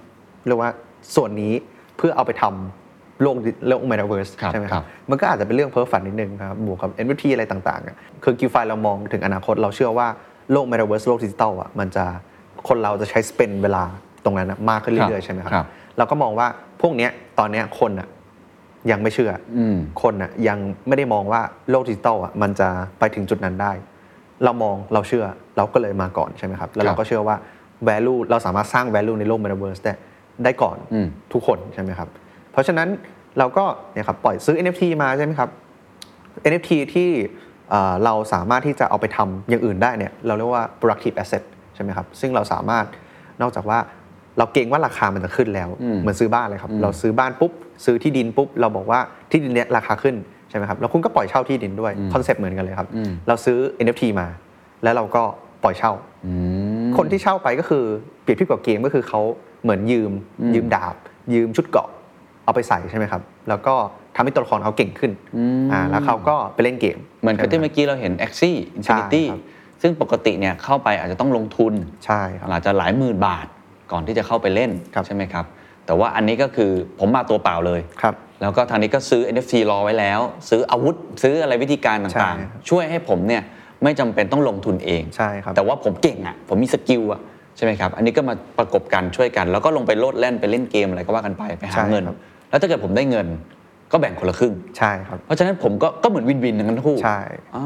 A: เรียกว่าส่วนนี้เพื่อเอาไปทำโลกดิโลกเมตาเวิร์ส
D: ครับ
A: ใช่ไหมค
D: ครั
A: รับ
D: บ
A: มันก็อาจจะเป็นเรื่องเพ้อฝันนิดนึงครับ บวกกับ NFT อะไรต่างๆอะคือกิฟไฟเรามองถึงอนาคตเราเชื่อว่าโลก Metaverse โลกดิจิตอลอ่ะมันจะคนเราจะใช้สเปนเวลาตรงนั้นอะมากขึ้นเรื่อยๆ ใช่ไหมครั
D: ครับ
A: เราก็มองว่าพวกเนี้ยตอนเนี้ยคนอ่ะยังไม่เชื่ออ
D: อืม
A: คนอ่ะยังไม่ได้มองว่าโลกดิจิตอลอ่ะมันจะไปถึงจุดนั้นได้ เรามองเราเชื่อเราก็เลยมาก่อนใช่ไหมครับ แล้ว
D: ค
A: เรา
D: รับ
A: ก็เชื่อว่า value เราสามารถสร้าง value ในโลก Metaverse ได้ได้ก่อน
D: อืม
A: ทุกคนใช่ไหมครับ เพราะฉะนั้นเราก็เนี่ยครับปล่อยซื้อ NFT มาใช่ไหมครับ NFT ที่เอ่อเราสามารถที่จะเอาไปทำอย่างอื่นได้เนี่ยเราเรียกว่า productive asset ใช่ไหมครับซึ่งเราสามารถนอกจากว่าเราเกรงว่าราคามันจะขึ้นแล้ว
D: อืม
A: เหมือนซื้อบ้านเลยครับ
D: อืม
A: เราซื้อบ้านปุ๊บ ซื้อที่ดินปุ๊บ เราบอกว่าที่ดินเนี้ยราคาขึ้นใช่ไหมครับแล้วคุณก็ปล่อยเช่าที่ดินด้วย
D: อืม
A: คอนเซปต์เหมือนกันเลยครับ
D: อืม
A: เราซื้อ NFT มา แล้วเราก็ปล่อยเช่า
D: อืม
A: คนที่เช่าไปก็คือเปรียบเทียบกับเกมก็คือเขาเหมือนยืม
D: อืม
A: ยืมดาบ ยืมชุดเกราะเอาไปใส่ใช่ไหมครับ แล้วก็ทำให้ตัวละครเขาเก่งขึ้น
D: อืม
A: อ่าแล้วเขาก็ไปเล่นเกม
D: เหมือนกับที่
A: ใช่ไหม
D: เมื่อกี้เราเห็น a x i Infinity
A: ใช่ครับ
D: ซึ่งปกติเนี่ยเข้าไปอาจจะต้องลงทุน
A: ใช่ครับ
D: อาจจะหลายหมื่นบาทก่อนที่จะเข้าไปเล่น
A: ครับ
D: ใช่ไหมครับ แต่ว่าอันนี้ก็คือผมมาตัวเปล่าเลย
A: ครับ
D: แล้วก็ทางนี้ก็ซื้อ NFT รอไว้แล้ว ซื้ออาวุธ ซื้ออะไรวิธีการ
A: ใช่
D: ต่าง
A: ครับ
D: ๆ ช่วยให้ผมเนี่ยไม่จำเป็นต้องลงทุนเอง
A: ใช่ครับ
D: แต่ว่าผมเก่งอะ่ะ ผมมีสกิลอะ่ะใช่ไหมครับ อันนี้ก็มาประกบกันช่วยกัน แล้วก็ลงไปโลดแล่นไปเล่นเกมอะไรก็ว่ากันไปไป
A: ใช่
D: หาเงิน
A: ครับ
D: แล้วถ้าเกิดผมได้เงินก็แบ่งคนละครึ่ง
A: ใช่ครับ
D: เพราะฉะนั้นผมก็ก็เหมือนวินวินทั้งคู่
A: ใช่
D: อ่า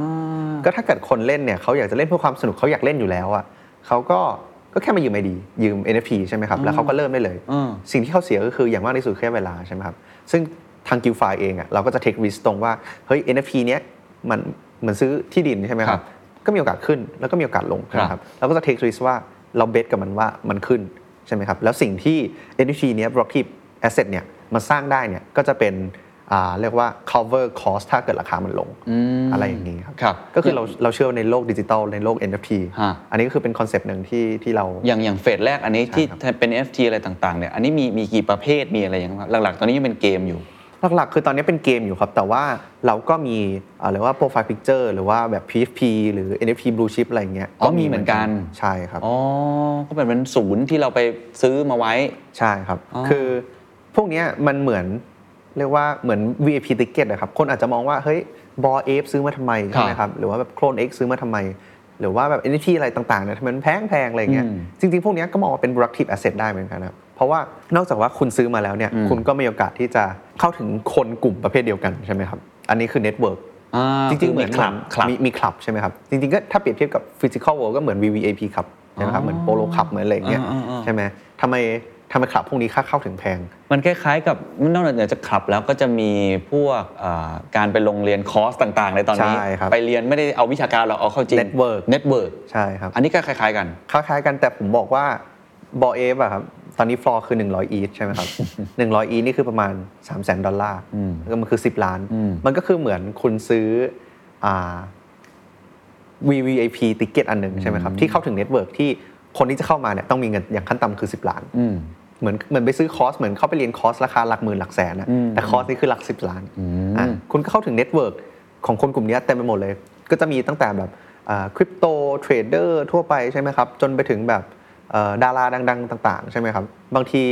A: ก็ถ้าเกิดคนเล่นเนี่ยเขาอยากจะเล่นเพื่อความสนุกเขาอยากเล่นอยู่แล้วอ่ะเขาก็ก็แค่มายืมไอดียืม NFT ใช่ไหมครับ แล้วเขาก็เริ่มได้เลย
D: อ่า
A: สิ่งที่เขาเสียก็คืออย่างมากที่สุดแค่เวลาใช่ไหมครับ ซึ่งทางกิลไฟเองอ่ะเราก็จะเทคริสตรงว่าเฮ้ย NFT เนี้ยมันเหมือนซื้อที่ดินใช่ไหมค
D: ครั
A: รั
D: บบ
A: ก็มีโอกาสขึ้นแล้วก็มีโอกาสลง
D: ครับ
A: นะครับเราก็จะเทคริสว่าเราเบสกับมันว่ามันขึ้นใช่ไหมครับแล้วสิ่งที่ NFT เนี้ย blockchain asset เนี่ยมันสร้างได้เนี่ยก็จะเป็นอ่าเรียกว่า cover cost ถ้าเกิดราคามันลง
D: ม
A: อะไรอย่างนี้ครับ
D: ครับ
A: ก็คือเราเราเชื่อในโลกดิจิตอลในโลก NFT
D: ฮะ
A: อันนี้ก็คือเป็นคอนเซปต์หนึ่งที่ที่เรา
D: อย่างอย่างเฟสแรกอันนี้ที่
A: ใช่ครับ
D: เป็น NFT อะไรต่างๆเนี่ยอันนี้มีมีกี่ประเภทมีอะไรอย่างเงี้ยครับหลักๆ ตอนนี้ยังเป็นเกมอยู่
A: หลักๆ คือตอนนี้เป็นเกมอยู่ครับ แต่ว่าเราก็มีเอ่อเรียกว่าโปรไฟล์พิกเจอร์หรือว่าแบบ PFP หรือ NFT Blue Chip อะไรอย่างเงี้ย
D: อ๋อมีเหมือนกัน
A: ใช่ครับ
D: อ๋อ ก็เป็นเหมือนศูนย์ที่เราไปซื้อมาไว้
A: ใช่ครับ
D: อ๋อ
A: คือพวกเนี้ยมันเหมือนเรียกว่าเหมือน VIP ticket อะครับ คนอาจจะมองว่า เฮ้ยบอเอฟซื้อมาทำไม
D: ครับ
A: ใช่ไหมครับ หรือว่าแบบโคลน X ซื้อมาทำไม หรือว่าแบบ NFT อะไรต่างๆเนี่ยทำไมมันแพงแพงๆอะไรอย่างเงี้ย
D: อืม
A: จริง ๆ พวกเนี้ยก็มองว่าเป็น productive asset ได้เหมือนกันครับ เพราะว่านอกจากว่าคุณซื้อมาแล้วเนี่ย
D: อืม
A: คุณก็มีโอกาสที่จะเข้าถึงคนกลุ่มประเภทเดียวกันใช่ไหมครับ อันนี้คือ network
D: อ่า
A: จริงๆ เหมือน
D: คลับคลับ
A: มีมีคลับใช่ไหมครับ จริงๆ ก็ถ้าเปรียบเทียบกับฟิสิกอลเวิ r ์ก็เหมือน VVIP ครับใช่ไหมครับเห
D: อ๋อ
A: มือนโปโลคับเหมือนอะไรอย่างเงี้ย
D: อ่าอ่าอ่า
A: ใช่ไหมทำไมทำไมคลับพวกนี้ค่าเข้าถึงแพง
D: มันคล้ายๆกับนอกจากจะคลับแล้วก็จะมีพวกเอ่อการไปลงเรียนคอร์สต่างๆ ในตอนนี้
A: ใช่ครับ
D: ไปเรียนไม่ได้เอาวิชาการเราเอาเข้าจริง
A: Network
D: เน็ตเวิร์ก
A: ใช่ครับ
D: อันนี้ก็คล้ายๆกัน
A: คล้ายๆกันแต่ผมบอกว่าบอเอฟอะครับ ตอนนี้ฟลอร์คือ 100 อีทใช่ไหม
D: *laughs*
A: ครับ 100 อีทนี่คือประมาณ 3 0 0 0 0 0 ดอลลาร์
D: อืม
A: ก็มันคือ 10 ล้าน
D: อืม
A: มันก็คือเหมือนคุณซื้ออ่า VVIP ติเกตอันหนึ่งใช่ไหมครับที่เข้าถึงเน็ตเวิร์กที่คนที่จะเข้ามาเนี่ยต้องมีเงินอย่างขั้นต่ำคือ 10 ล้าน
D: อืม
A: เหมือนเหมือนไปซื้อคอร์สเหมือนเข้าไปเรียนคอร์สราคาหลักหมื่นหลักแสนนะ
D: อืม
A: แต่คอร์สนี่คือหลักสิบล้าน
D: อืม
A: อ่ะคุณก็เข้าถึงเน็ตเวิร์กของคนกลุ่มเนี้ยเต็มไปหมดเลย ก็จะมีตั้งแต่แบบคริปโต เทรดเดอร์ทั่วไปใช่ไหมครับ จนไปถึงแบบเอ่อดาราดัง ๆ ต่าง ๆ ใช่ไหมครับ บางที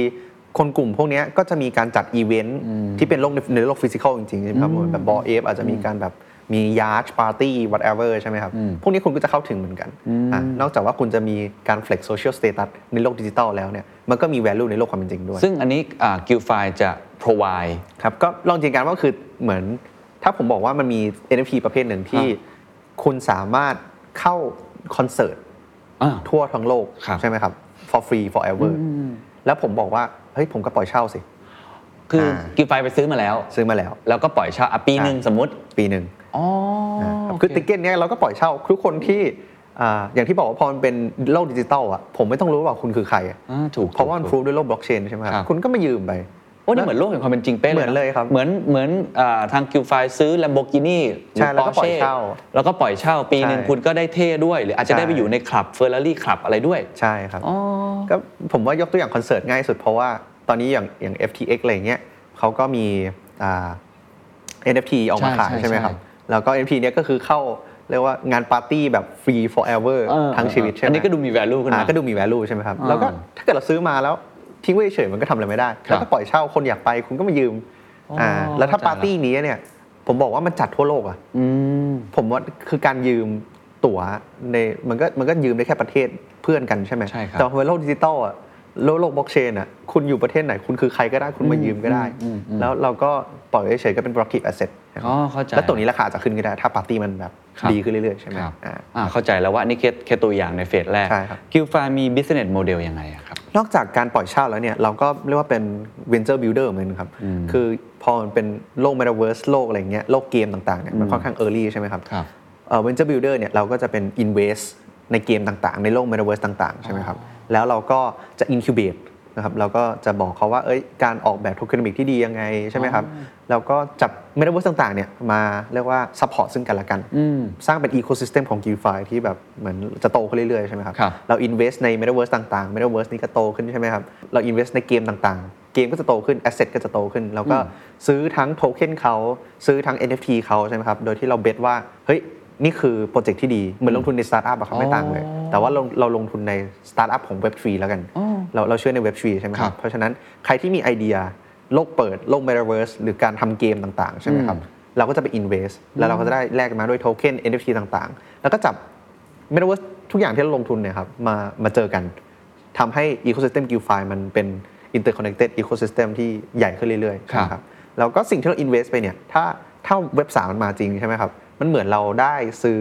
A: คนกลุ่มพวกเนี้ยก็จะมีการจัดอีเวนต์ที่เป็นโลกในในโลกฟิสิกอลจริงๆใช่ไหมครับเหมือนแบบบอเอฟอาจจะมีการแบบมียาร์ชปาร์ตี้ whatever ใช่ไหมครับ พวกนี้คุณก็จะเข้าถึงเหมือนกันอ่ะนอกจากว่าคุณจะมีการ flex social status ในโลกดิจิทัลแล้วเนี่ยมันก็มี value ในโลกความเป็นจริงด้วย
D: ซึ่งอันนี้กิลไฟจะ provide
A: ครับก็ลองจินตนาการว่าคือเหมือน ถ้าผมบอกว่ามันมี NFT ประเภทหนึ่งที่คุณสามารถเข้าคอนเสิร์ต
D: อ่า
A: ทั่วทั้งโลก
D: ครับ
A: ใช่ไหมครับ for free forever แล้วผมบอกว่า เฮ้ย ผมก็ปล่อยเช่าสิ
D: คืออา กิลไฟไปซื้อมาแล้ว
A: ซื้อมาแล้ว
D: แล้วก็ปล่อยเช่าอ่ะปีหนึ่ง
A: ใช่
D: สมมติ
A: ปีหนึ่ง
D: อ๋อ
A: ครับ
D: โเ
A: คือติกเก็ตเนี้ยเราก็ปล่อยเช่าทุกคนที่อ่าอย่างที่บอกว่าพอมันเป็นโลกดิจิตอลอ่ะผมไม่ต้องรู้ว่าคุณคือใครอะ
D: อ่าถูก
A: เพราะว่ามัน
D: ถูก
A: พรูฟด้วยโลกบล็อกเชนใช่ไหมครั
D: ครับ
A: บคุณก็มายืมไป
D: โอ้นี่เหมือนโลกแห่งความเป็นจริงเป๊ะเลยะ
A: เหมือนเลยครับ
D: เหมือนเหมือนอ่าทางกิลไฟซื้อ Lamborghini หรื
A: ใช่
D: อ
A: แล้วก็ปล่อย
D: Porsche
A: เช่า
D: แล้วก็ปล่อยเช่าปีหนึ่ง
A: ใช่
D: คุณก็ได้เท่ด้วย หรืออาจจะได้ไป
A: ใช่
D: อยู่ในคลับเฟอร์รารี่คลับอะไรด้วย
A: ใช่ครับ
D: อ๋อ
A: ก็ผมว่ายกตัวอย่างคอนเสิร์ตง่ายสุดเพราะว่าตอนนี้อย่างอย่าง FTX อะไรเงี้ยเขาก็มีอ่า NFT ออกมาขาย
D: ใช่ใช่
A: ใช่ไหมครับ
D: ใช่
A: แล้วก็ NFT เนี้ยก็คือเข้าเรียกว่างานปาร์ตี้แบบฟรี forever
D: เออ
A: ทั้งชีวิตใช่ไหม
D: อั
A: อั
D: นนี้ก็ดูมี value ขึ้น
A: อ่า
D: มา
A: ก็ดูมี value ใช่ไหมครับ
D: อ่า
A: แล้วก็ถ้าเกิดเราซื้อมาแล้วทิ้งไว้เฉยๆมันก็ทำอะไรไม่ได้
D: ครับ
A: แล้วก็ปล่อยเช่าคนอยากไปคุณก็มายืม
D: อ๋ออ่
A: ่าแล้วถ้าปา
D: เข้าใจละ
A: ร์ตี้นี้เนี่ยผมบอกว่ามันจัดทั่วโลกอะ
D: อืม
A: ผมว่าคือการยืมตั๋วในมันก็มันก็ยืมได้แค่ประเทศเพื่อนกันใช่ไหม
D: ใช่ครับ
A: แต่พอเป็นโลกดิจิตอลอ่ะโลกโลกบล็อกเชนอ่ะคุณอยู่ประเทศไหน คุณคือใครก็ได้คุณมายืมก็ได้
D: อืมอืม
A: แล้วเราก็ปล่อยเฉยๆก็เป็น blockchain asset นะค
D: อ๋อ
A: รับ
D: เข้าใจ
A: แล้วตัวนี้ราคาอาจจะขึ้นก็ได้ ถ้าปาร์ตี้มันแบบ
D: ครับ
A: ดีขึ้นเรื่อยๆ ใช่ไหม
D: ครับ
A: อ่า
D: อ่าเข้าใจแล้วว่าอันนี่แค่แค่ตัวอย่างในเฟสแรก
A: ใช่ครับ
D: กิลไฟมี business model ยังไงอะครับ
A: นอกจากการปล่อยเช่าแล้วเนี่ยเราก็เรียกว่าเป็น venture builder เหมือนกันครับ
D: อืม
A: คือพอมันเป็นโลก metaverse โลกอะไรอย่างเงี้ยโลกเกมต่างๆเนี่ยมัน
D: อืม
A: ค่อนข้าง early ใช่ไหมครับ
D: ครับ
A: เวนเจอร์บิลดเอร์เนี่ยเราก็จะเป็น invest ในเกมต่างๆ ในโลก Metaverse ต่างๆ ใช่ไหมครับ แล้วเราก็จะ incubate นะครับเราก็จะบอกเขาว่าเอ้ยการออกแบบโทเคโนมิกที่ดียังไงใช่ไหมครับ แล้วก็จับ Metaverse ต่างๆเนี่ยมาเรียกว่า support ซึ่งกันและกัน
D: อืม
A: สร้างเป็น ecosystem ของ GFi ที่แบบเหมือนจะโตขึ้นเรื่อยๆ ใช่ไหมครับ
D: ครับ
A: เรา invest ใน Metaverse ต่างๆ Metaverse นี่ก็โตขึ้นใช่ไหมครับ เรา invest ในเกมต่างๆ เกมก็จะโตขึ้น asset ก็จะโตขึ้น แล้วก็ซื้อทั้งโทเค็นเขาซื้อทั้ง NFT เขาใช่ไหมครับ โดยที่เราเบสว่า เฮ้ย นี่คือโปรเจกต์ที่ดี เหมือนลงทุนในสตาร์ทอัพอะครับไม่ต่างเลย แต่ว่าเราเราลงทุนในสตาร์ทอัพของ Web3 แล้วกัน เราเราเชื่อใน Web3 ใช่ไหมค
D: ครั
A: รับ
D: บ
A: เพราะฉะนั้นใครที่มีไอเดียโลกเปิดโลก Metaverse หรือการทำเกมต่างๆ ใช่ไหมครับ เราก็จะไป invest แล้วเราก็จะได้แลกมาด้วยโทเค็น NFT ต่างๆ แล้วก็จับ Metaverse ทุกอย่างที่เราลงทุนเนี่ยครับมามาเจอกันทำให้ ecosystem GuildFi มันเป็น interconnected ecosystem ที่ใหญ่ขึ้นเรื่อยๆ
D: ครับ
A: นะครับแล้วก็สิ่งที่เรา invest ไปเนี่ยถ้าถ้าเว็บสามมันมาจริงใช่ไหมครับ มันเหมือนเราได้ซื้อ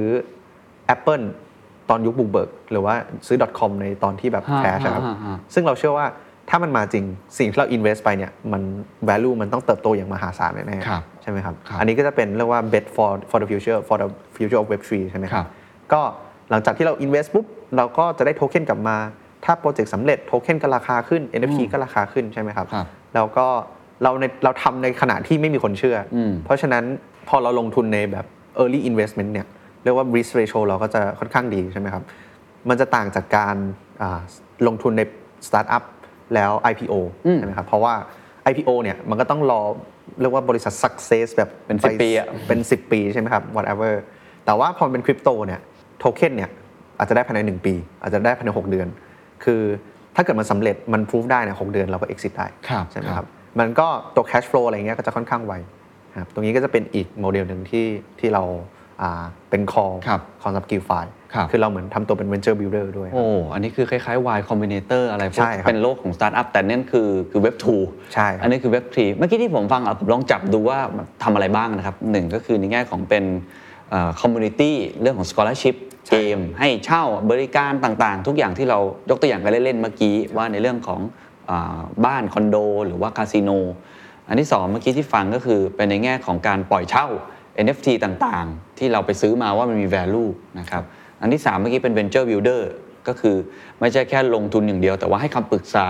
A: Apple ตอนยุคบุกเบิก หรือว่าซื้อ .com ในตอนที่แบบ แบบ
D: ฮะ
A: แคชครับ
D: ฮะฮะ
A: ซึ่งเราเชื่อว่าถ้ามันมาจริงสิ่งที่เรา invest ไปเนี่ยมัน value มันต้องเติบโตอย่างมหาศาลแน่
D: ครับ
A: ๆใช่ไหมครับ
D: ครับ
A: อันนี้ก็จะเป็นเรียกว่า bet for for the future for the future of Web3 ใช่ไหมค
D: ครั
A: รับ บ ก็หลังจากที่เรา invest ปุ๊บ เราก็จะได้โทเค็นกลับมา ถ้าโปรเจกต์สำเร็จโทเค็นก็ราคาขึ้น NFT ก็ราคาขึ้นใช่ไหมครับ
D: ครับ
A: แล้วก็เราในเราทำในขณะที่ไม่มีคนเชื่ออ
D: ม
A: เพราะฉะนั้นพอเราลงทุนในแบบ early investment เนี่ยเรียกว่า risk ratio เราก็จะค่อนข้างดีใช่ไหมครับ มันจะต่างจากการอ่าลงทุนใน startup แล้ว IPO ใช่ไหมครับ เพราะว่า IPO เนี่ยมันก็ต้องรอเรียกว่าบริษัท success แบบ
D: เป็น
A: ไ
D: 10ปีอะ
A: เป็น 10 ปีใช่ไหมครับ whatever แต่ว่าพอมันเป็นคริปโตเนี่ยโทเค็นเนี่ยอาจจะได้ภายใน 1 ปี อาจจะได้ภายใน 6 เดือน คือถ้าเกิดมันสำเร็จมันพิสูจได้เนี่ยหเดือนเราก็ exit ได้
D: ครับ
A: ใช่ไหมค
D: ครั
A: รับ บ มันก็ตัว cash flow อะไรเงี้ยก็จะค่อนข้างไวครับตรงนี้ก็จะเป็นอีกโมเดลหนึ่งที่ที่เราอ่าเป็น call
D: ครับ
A: ของสับกิลไฟ
D: ครับ
A: คือเราเหมือนทำตัวเป็น venture builder ด้วย
D: โอ้ อันนี้คือคล้ายๆ Y Combinator อะไรพว
A: ใช่
D: ก
A: ครับ
D: เป็นโลกของสตาร์ทอัพแต่เนี่ยคือคือเว็บ2
A: ใช่ครับ
D: อันนี้คือเว็บ3เมื่อกี้ที่ผมฟังอ่ะผมลองจับดูว่าทำอะไรบ้างนะครับหนึ่งก็คือในแง่ของเป็นคอมมูนิตี้เรื่องของ scholarship เกม ให้เช่าบริการต่างๆ ทุกอย่างที่เรายกตัวอย่างกันเล่นๆเมื่อกี้ ว่าในเรื่องของอ่าบ้านคอนโด หรือว่าคาสิโน อันที่สองเมื่อกี้ที่ฟังก็คือเป็นในแง่ของการปล่อยเช่า NFT ต่างๆ ที่เราไปซื้อมาว่ามันมี value นะครับ อันที่ 3 เมื่อกี้เป็น venture builder ก็คือไม่ใช่แค่ลงทุนอย่างเดียว แต่ว่าให้คำปรึกษา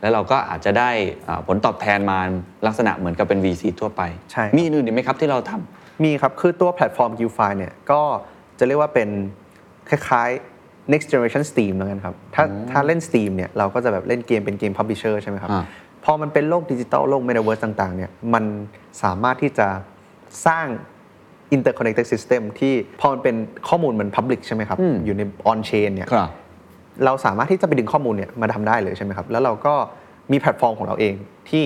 D: แล้วเราก็อาจจะได้อ่าผลตอบแทนมาลักษณะเหมือนกับเป็น VC ทั่วไป
A: ใช่ครับ
D: มีอนอื่นอีกไหมครับที่เราท
A: มีครับ คือตัวแพลตฟอร์ม g u i l f i เนี่ยก็จะเรียกว่าเป็นคล้ายๆ next generation steam แล้วกันครับ ถ้าถ้าเล่น steam เนี่ยเราก็จะแบบเล่นเกมเป็นเกม publisher ใช่ไหมครับ
D: อ่า
A: พอมันเป็นโลกดิจิตอลโลก Metaverse ต่าง ๆ เนี่ย มันสามารถที่จะสร้าง interconnected system ที่พอมันเป็นข้อมูลมัน public ใช่ไหมครับ
D: อืม
A: อยู่ใน on chain เนี่ย
D: ครับ
A: เราสามารถที่จะไปดึงข้อมูลเนี่ยมาทำได้เลยใช่ไหมครับ แล้วเราก็มีแพลตฟอร์มของเราเองที่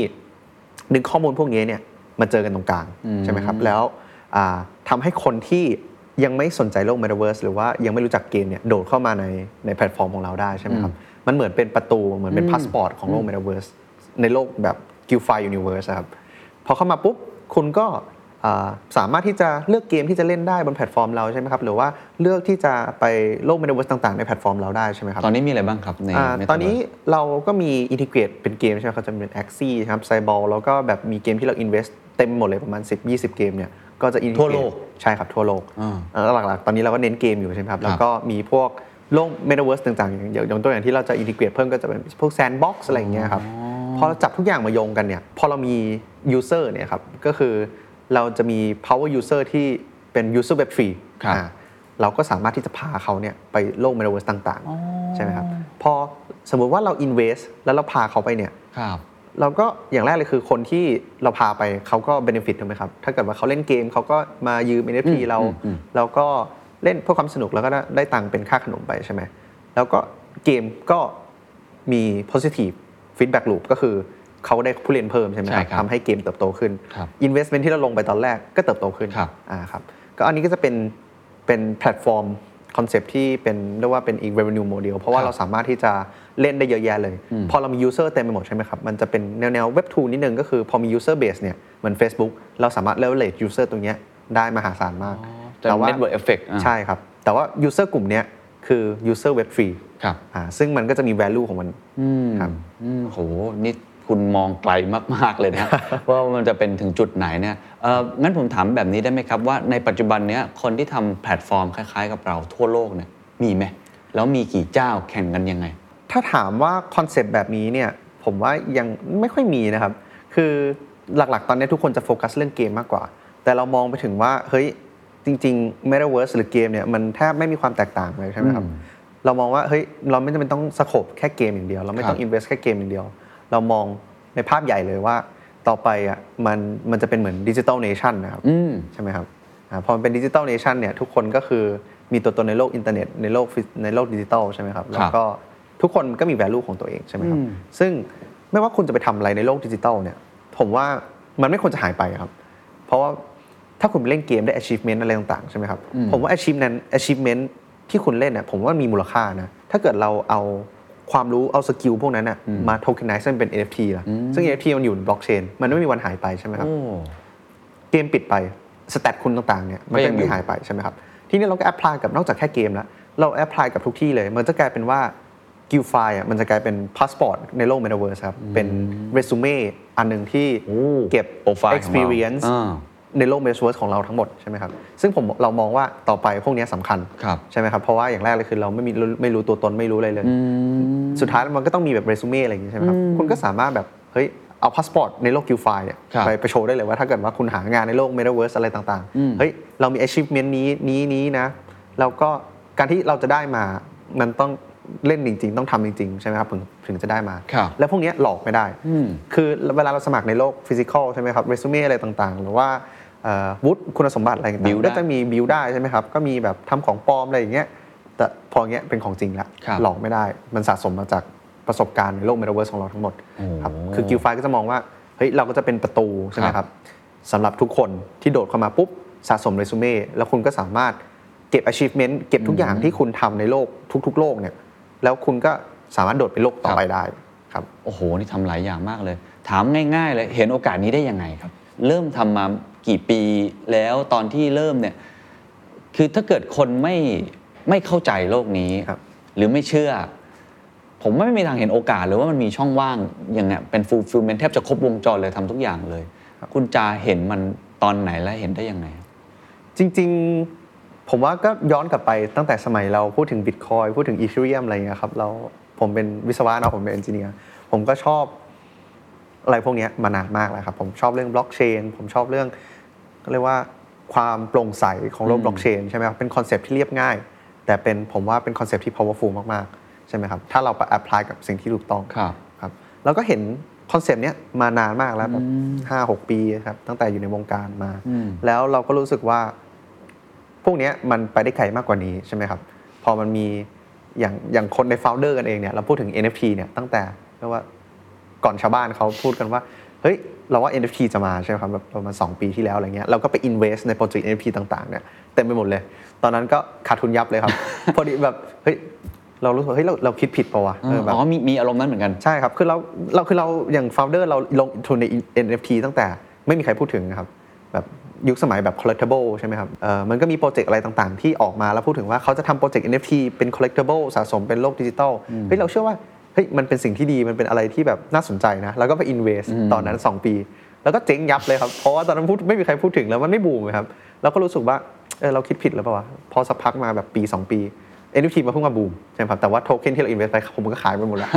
A: ดึงข้อมูลพวกนี้เนี่ยมาเจอกันตรงกลาง
D: อืม
A: ใช่ไหมครับ แล้วอ่าทำาให้คนที่ยังไม่สนใจโลก Metaverse หรือว่ายังไม่รู้จักเกมเนี่ยโดดเข้ามาในในแพลตฟอร์มของเราได้ใช่ไหมครับ มันเหมือนเป็นประตูเหมือนเป็นพาสปอร์ตของโลก Metaverse ในโลกแบบกิลไฟยูนิเวิร์สครับพอเข้ามาปุ๊บคุณก็อ่าสามารถที่จะเลือกเกมที่จะเล่นได้บนแพลตฟอร์มเราใช่ไหมครับหรือว่าเลือกที่จะไปโลก Metaverse ต่างๆในแพลตฟอร์มเราได้ใช่ไหมครับ
D: ตอนนี้มีอะไรบ้างครับใน
A: อ่า
D: Metaverse
A: ตอนนี้เราก็มีอินทิเกรตเป็นเกมใช่ไหมครับจะเป็น a x ซี่ครับไซบอลแล้วก็แบบมีเกมที่เรา invest เต็มหมดเลยประมาณ 10-20 เกมเนี่ยก็จะอินทิ
D: ทั่
A: เกรต
D: วโลก
A: ใช่ครับทั่วโลก
D: อ่า
A: เอ่อหลักๆ ตอนนี้เราก็เน้นเกมอยู่ใช่ไหมครับ แล้วก็มีพวกโลกเมตาเวิร์สต่างๆอย่างอย่างตัวอย่างที่เราจะอินทิเกรตเพิ่มก็จะเป็นพวกแซนด์บ็อกซ์อะไรอย่างเงี้ยครับพอเราจับทุกอย่างมาโยงกันเนี่ยพอเรามี user เนี่ยครับก็คือเราจะมี power user ที่เป็น user web free
D: ครับ
A: อ่า เราก็สามารถที่จะพาเขาเนี่ยไปโลกเมตาเวิร์สต่างๆ ใช่ไหมครับ พอสมมุติว่าเรา invest แล้วเราพาเขาไปเนี่ย
D: ครับ
A: เราก็อย่างแรกเลยคือคนที่เราพาไปเขาก็ benefit ถูกไหมครับ ถ้าเกิดว่าเขาเล่นเกมเขาก็มายืม NFT
D: อืม
A: เรา
D: อืมอืม
A: เราก็เล่นเพื่อความสนุกแล้วก็ได้ได้ตังค์เป็นค่าขนมไปใช่ไหม แล้วก็เกมก็มี positive feedback loop ก็คือเขาได้ผู้เล่นเพิ่มใช่ไหม
D: ใช่ครับ
A: ทำให้เกมเติบโตขึ้น
D: ครับ
A: investment ที่เราลงไปตอนแรกก็เติบโตขึ้น
D: ครับ
A: อ่าครับก็อันนี้ก็จะเป็นเป็นแพลตฟอร์มคอนเซปที่เป็นเรียกว่าเป็นอีก revenue model เพราะว่า
D: ครับ
A: เราสามารถที่จะเล่นได้เยอะแยะเลย พอเรามี user เต็มไปหมดใช่ไหมครับ มันจะเป็นแนวแนวเว็บ2นิดนึงก็คือพอมี user base เนี่ยเหมือน Facebook เราสามารถ leverage user ตรงเนี้ยได้มหาศาลมาก
D: จะ network effect อ่า
A: ใช่ครับ แต่ว่า user กลุ่มเนี้ยคือ user web free
D: ครับ
A: อ่าซึ่งมันก็จะมี value ของมัน
D: อืม
A: ครับ
D: อืมโห นี่คุณมองไกลมาก ๆ เลยนะ *laughs* ว่ามันจะเป็นถึงจุดไหนเนี่ยเอ่องั้นผมถามแบบนี้ได้ไหมครับ ว่าในปัจจุบันเนี้ยคนที่ทำแพลตฟอร์มคล้าย ๆ กับเราทั่วโลกเนี่ยมีไหม แล้วมีกี่เจ้าแข่งกันยังไง
A: ถ้าถามว่าคอนเซปต์แบบนี้เนี่ยผมว่ายังไม่ค่อยมีนะครับ คือหลักๆ ตอนนี้ทุกคนจะโฟกัสเรื่องเกมมากกว่า แต่เรามองไปถึงว่า เฮ้ย จริงๆ Metaverse หรือเกมเนี่ยมันแทบไม่มีความแตกต่างเลยใช่ไหมครับ
D: อืม
A: เรามองว่าเฮ้ยเราไม่จำเป็นต้องสโคบแค่เกมอย่างเดียว เราไม่ต้อง
D: ครับ
A: อินเวสแค่เกมอย่างเดียว เรามองในภาพใหญ่เลยว่าต่อไปอ่ะมันมันจะเป็นเหมือนดิจิตอลเนชั่นนะครับ
D: อืม
A: ใช่ไหมครับอาพอมันเป็นดิจิ t a ลเนชันเนี่ยทุกคนก็คือมีตัวตนในโลกอินเทอร์เน็ตในโลก phys- ในโลกดิจิตอลใช่ไหมครับ แล้วก็ทุกคนก็มี value ของตัวเองใช่ไหมครับ
D: อืม
A: ซึ่งไม่ว่าคุณจะไปทำอะไรในโลกดิจิตอลเนี่ยผมว่ามันไม่ควรจะหายไปครับ เพราะว่าถ้าคุณไปเล่นเกมได้ achievement อะไรต่างๆ ใช่ไหมครับ ผมว่า achievement นั้น achievement ที่คุณเล่นเนี่ยผมว่ามีมูลค่านะถ้าเกิดเราเอาความรู้เอาสกิลพวกนั้นน่ะมา tokenize ให้มันเป็น NFT ล่ะซึ่ง NFT มันอยู่บน blockchain มันไม่มีวันหายไปใช่ไหมครับ
D: โอ้
A: เกมปิดไป สแตทคุณต่างๆเนี่ยมัน
D: ก็ยั
A: ก็
D: งอยู่
A: ไม่หายไปใช่ไหมครับ ทีนี้เราก็แอพพลายกับนอกจากแค่เกมแล้ว เราแอพพลายกับทุกที่เลย มันจะกลายเป็นว่ากิลไฟอ่ะมันจะกลายเป็นพาสปอร์ตในโลกเมตาเวิร์สครับ เป็นเรซูเม่อันหนึ่งที่
D: โอ้
A: เก็บ
D: โปรไฟล์ของเรา
A: experience
D: อ่า
A: ในโลกเมตาเวิร์สของเราทั้งหมดใช่ไหมครับ ซึ่งผมเรามองว่าต่อไปพวกเนี้ยสำคัญ
D: ครับ
A: ใช่ไหมครับ เพราะว่าอย่างแรกเลยคือเราไม่มีไม่รู้ตัวตนไม่รู้อะไรเลย สุดท้ายแล้วมันก็ต้องมีแบบเรซูเม่อะไรอย่างงี้ใช่ไหมครับ คุณก็สามารถแบบเฮ้ยเอาพาสปอร์ตในโลกกิลไฟเนี่ย
D: ครับ
A: ไปไปโชว์ได้เลยว่าถ้าเกิดว่าคุณหางานในโลกเมตาเวิร์สอะไรต่างๆ เฮ้ย เรามี achievement นี้นี้นี้นะแล้วก็การที่เราจะได้มามันต้องเล่นจริง ๆ ต้องทำจริง ๆ ใช่ไหมครับถึงถึงจะได้มา
D: ครับ
A: และพวกเนี้ยหลอกไม่ได้
D: อืม
A: คือเวลาเราสมัครในโลกฟิสิกอลใช่ไหมครับเรซูเม่อะไรต่างๆ หรือว่าเอ่อวุฒิคุณสมบัติอะไรต่าง
D: Build
A: ๆ ก็จะมีบิวได้ใช่ไหมครับ ก็มีแบบทำของปลอมอะไรอย่างเงี้ย แต่พออย่างเงี้ยเป็นของจริงละ
D: ครับ
A: หลอกไม่ได้ มันสะสมมาจากประสบการณ์ในโลกเมตาเวิร์สของเราทั้งหมดครับ
D: โอ้
A: คือกิลไฟก็จะมองว่า เฮ้ย เราก็จะเป็นประตูใช่ไหม
D: ค
A: ค
D: รั
A: รับ บสำหรับทุกคนที่โดดเข้ามาปุ๊บสะสมเรซูเม่แล้วคุณก็สามารถเก็บ achievement เก็บทุกอย่างที่คุณทำในโลกทุก ๆ โลกเนี่ย แล้วคุณก็สามารถโดดไปโลกต่อไปได้ครับ
D: โอ้โห นี่ทำหลายอย่างมากเลย ถามง่าย ๆ เลย เห็นโอกาสนี้ได้ยังไงครับ เริ่มทำมากี่ปีแล้วตอนที่เริ่มเนี่ย คือถ้าเกิดคนไม่ไม่เข้าใจโลกนี้
A: ครับ
D: หรือไม่เชื่อ ผมว่าไม่มีทางเห็นโอกาสหรือว่ามันมีช่องว่างอย่างเนี้ยเป็น fulfillment แทบจะครบวงจรเลยทำทุกอย่างเลย คุณจาเห็นมันตอนไหนและเห็นได้ยังไง
A: จริงๆ ผมว่าก็ย้อนกลับไปตั้งแต่สมัยเราพูดถึง Bitcoin พูดถึง Ethereum อะไรอย่างเงี้ยครับเราผมเป็นวิศวะเนาะผมเป็นเอนจิเนียร์ผมก็ชอบอะไรพวกเนี้ยมานานมากแล้วครับ ผมชอบเรื่องบล็อกเชนผมชอบเรื่องก็เรียกว่าความโปร่งใสของโลกบล็อกเชนใช่ไหมครับ เป็นคอนเซปที่เรียบง่าย แต่เป็นผมว่าเป็นคอนเซปที่ powerful มากๆ ใช่ไหมครับ ถ้าเราไป apply กับสิ่งที่ถูกต้อง
D: ครับ
A: ครับแล้วก็เห็นคอนเซปต์เนี้ยมานานมากแล้วแบบห้าหกปีครับตั้งแต่อยู่ในวงการมา แล้วเราก็รู้สึกว่า พวกเนี้ยมันไปได้ไกลมากกว่านี้ใช่ไหมครับ พอมันมีอย่างอย่างคนในโฟลเดอร์กันเองเนี่ยเราพูดถึง NFT เนี่ยตั้งแต่เรียกว่าก่อนชาวบ้านเขาพูดกันว่า เฮ้ย เราว่า NFT จะมาใช่ไหมครับแบบประมาณ2ปีที่แล้วอะไรเงี้ยเราก็ไป invest ในโปรเจกต์ NFT ต่างๆเนี่ยเต็มไปหมดเลย ตอนนั้นก็ขาดทุนยับเลยครับ พอดีแบบเฮ้ยเรารู้สึกว่าเฮ้ยเราเราคิดผิดปะวะเออแบบ
D: อ๋อมีมีอารมณ์นั้นเหมือนกัน
A: ใช่ครับ คือเราเราคือเราอย่างโฟลเดอร์เราลงทุนใน NFT ตั้งแต่ไม่มีใครพูดถึงนะครับ แบบยุคสมัยแบบ collectible ใช่ไหมครับเอ่อมันก็มีโปรเจกต์อะไรต่างๆ ที่ออกมาแล้วพูดถึงว่าเขาจะทำโปรเจกต์ NFT เป็น collectible สะสมเป็นโลกดิจิทัลเฮ้ยเราเชื่อว่าเฮ้ยมันเป็นสิ่งที่ดีมันเป็นอะไรที่แบบน่าสนใจนะ แล้วก็ไป invest ตอนนั้น 2 ปี แล้วก็เจ๊งยับเลยครับ เพราะว่าตอนนั้นพูดไม่มีใครพูดถึงแล้วมันไม่บูมเลยครับเราก็รู้สึกว่าเออเราคิดผิดหรือเปล่าวะพอสักพักมาแบบปีสองปี NFT มาเพิ่งมาบูมใช่ไหมครับแต่ว่าโทเค็นที่เราอินเวสไปผมก็ขายไปหมด *laughs* แล้ว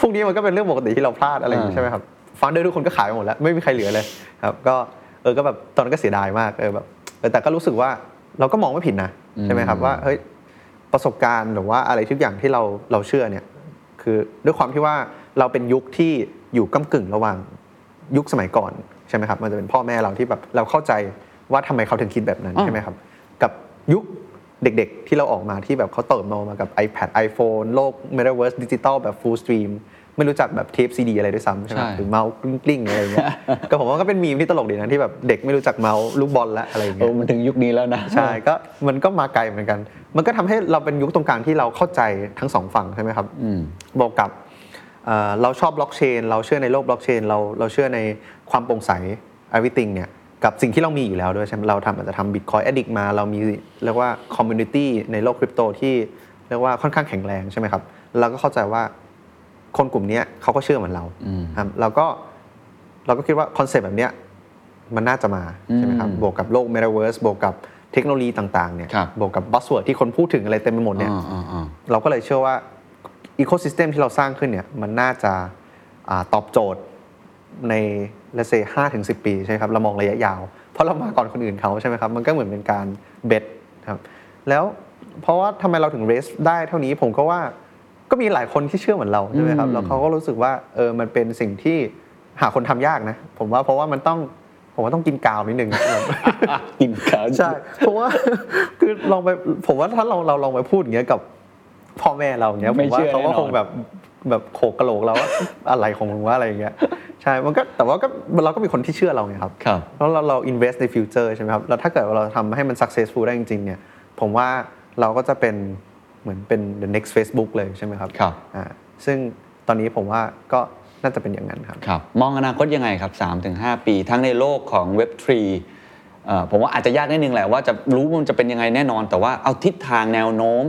A: พวกนี้มันก็เป็นเรื่องปกติที่เราพลาดอะไรอย่างนี้
D: อ่า
A: ใช่ไหมครับฟันเดอร์ทุกคนก็ขายไปหมดแล้ว ไม่มีใครเหลือเลยครับก็เออก็แบบตอนนั้นก็เสียดายมากเออแบบเออแต่ก็รู้สึกว่าเราก็มองไม่ผิดนะใช่ไหมครับว่าเฮ้ยประสบการณ์หรือว่าอะไรทุกอย่างที่เราเราเชื่อเนี่ยคือด้วยความที่ว่าเราเป็นยุคที่อยู่ก้ากึ่งระหว่าง ยุคสมัยก่อนใช่ไหมครับมันจะเป็นพ่อแม่เราที่แบบเราเข้าใจว่าทำไมเขาถึงคิดแบบนั้น
D: อ่า
A: ใช่ไหมครับ กับยุคเด็กๆ ที่เราออกมาที่แบบเขาเติบโตมากับ iPad iPhone โลก Metaverse ดิจิตอลแบบ Full Stream ไม่รู้จักแบบเทปซีดีอะไรด้วยซ้ำใช่ไหมครับ
D: ใช่
A: หรือเมาส์กลิ้งๆอะไรอย่างเงี้ย ก็ผมว่าก็เป็นมีมที่ตลกดีนะที่แบบเด็กไม่รู้จักเมาส์ลูกบอลละอะไรอย่าง
D: เอ
A: เงี้
D: อย มันถึงยุคนี้แล้วนะ
A: ใช่ก็มันก็มาไกลเหมือนกัน มันก็ทำให้เราเป็นยุคตรงกลางที่เราเข้าใจทั้งสองฝั่งใช่ไหมครับ
D: อืม
A: บวกกับเอ่อเราชอบบล็อกเชนเราเชื่อในโลกบล็อกเชนเราเราเชื่อในความโปร่งใส everything เนี่ยกับสิ่งที่เรามีอยู่แล้วด้วยใช่ไหมเราทำอาจจะทำบิตคอยแอดดิกมาเรามีเรียกว่าคอมมูนิตี้ในโลกคริปโตที่เรียกว่าค่อนข้างแข็งแรงใช่ไหมครับเราก็เข้าใจว่าคนกลุ่มเนี้ยเขาก็เชื่อเหมือนเรา
D: อืม
A: ครับเราก็เราก็คิดว่าคอนเซปต์แบบเนี้ย มันน่าจะมาใช่ไหมครับ
D: อืม
A: บวกกับโลก Metaverse บวกกับเทคโนโลยีต่างๆ เนี่ย
D: ครับ
A: บวกกับบัสเวิร์ดที่คนพูดถึงอะไรเต็มไปหมดเนี่ย
D: อ่าอ่าอ่า
A: เราก็เลยเชื่อว่าอีโคซิสเต็มที่เราสร้างขึ้นเนี่ย มันน่าจะอาตอบโจทย์ในละเซห้าถึงสิปีใช่ไหมครับ เรามองระยะยาว เพราะเรามาก่อนคนอื่นเขาใช่ไหมครับ มันก็เหมือนเป็นการเบ็ดครับ แล้วเพราะว่าทำไมเราถึงเรสได้เท่านี้ผมก็ว่าก็มีหลายคนที่เชื่อเหมือนเราใช่ไหมครับ
D: อืม
A: แล้วเขาก็รู้สึกว่าเออมันเป็นสิ่งที่หาคนทำยากนะ ผมว่าเพราะว่ามันต้องผมว่าต้องกินกาวนิดนึงครับ
D: อ่ะกินข้าว
A: ใช่ เพราะว่า *laughs* คือลองไปผมว่าถ้าเราเราลองไปพูดอย่างเงี้ยกับพ่อแม่เราอย่างเงี้ยผ
D: ไม่
A: ม
D: เชื่
A: ว่า
D: อ
A: เขาก็
D: แน่นอน
A: คงแบบแบบโขกกระโห *laughs* ลกเราว่า อะไรของมึงว่าอะไรอย่างเงี้ยใช่มันก็แต่ว่าก็เราก็มีคนที่เชื่อเราไงครับ
D: ครับ
A: แล้วเราเรา invest ใน future ใช่ไหมครับ แล้วถ้าเกิดว่าเราทำให้มัน successful ได้จริงๆ เนี่ย ผมว่าเราก็จะเป็นเหมือนเป็น the next Facebook เลยใช่ไหมครับ
D: ครับ
A: อ่าซึ่งตอนนี้ผมว่าก็น่าจะเป็นอย่างนั้นครับ
D: ครับมองอนาคตยังไงครับ3-5ถึง5ปี ทั้งในโลกของ Web3 เอ่อผมว่าอาจจะยากนิดนึงแหละว่าจะรู้มันจะเป็นยังไงแน่นอน แต่ว่าเอาทิศทางแนวโน้ม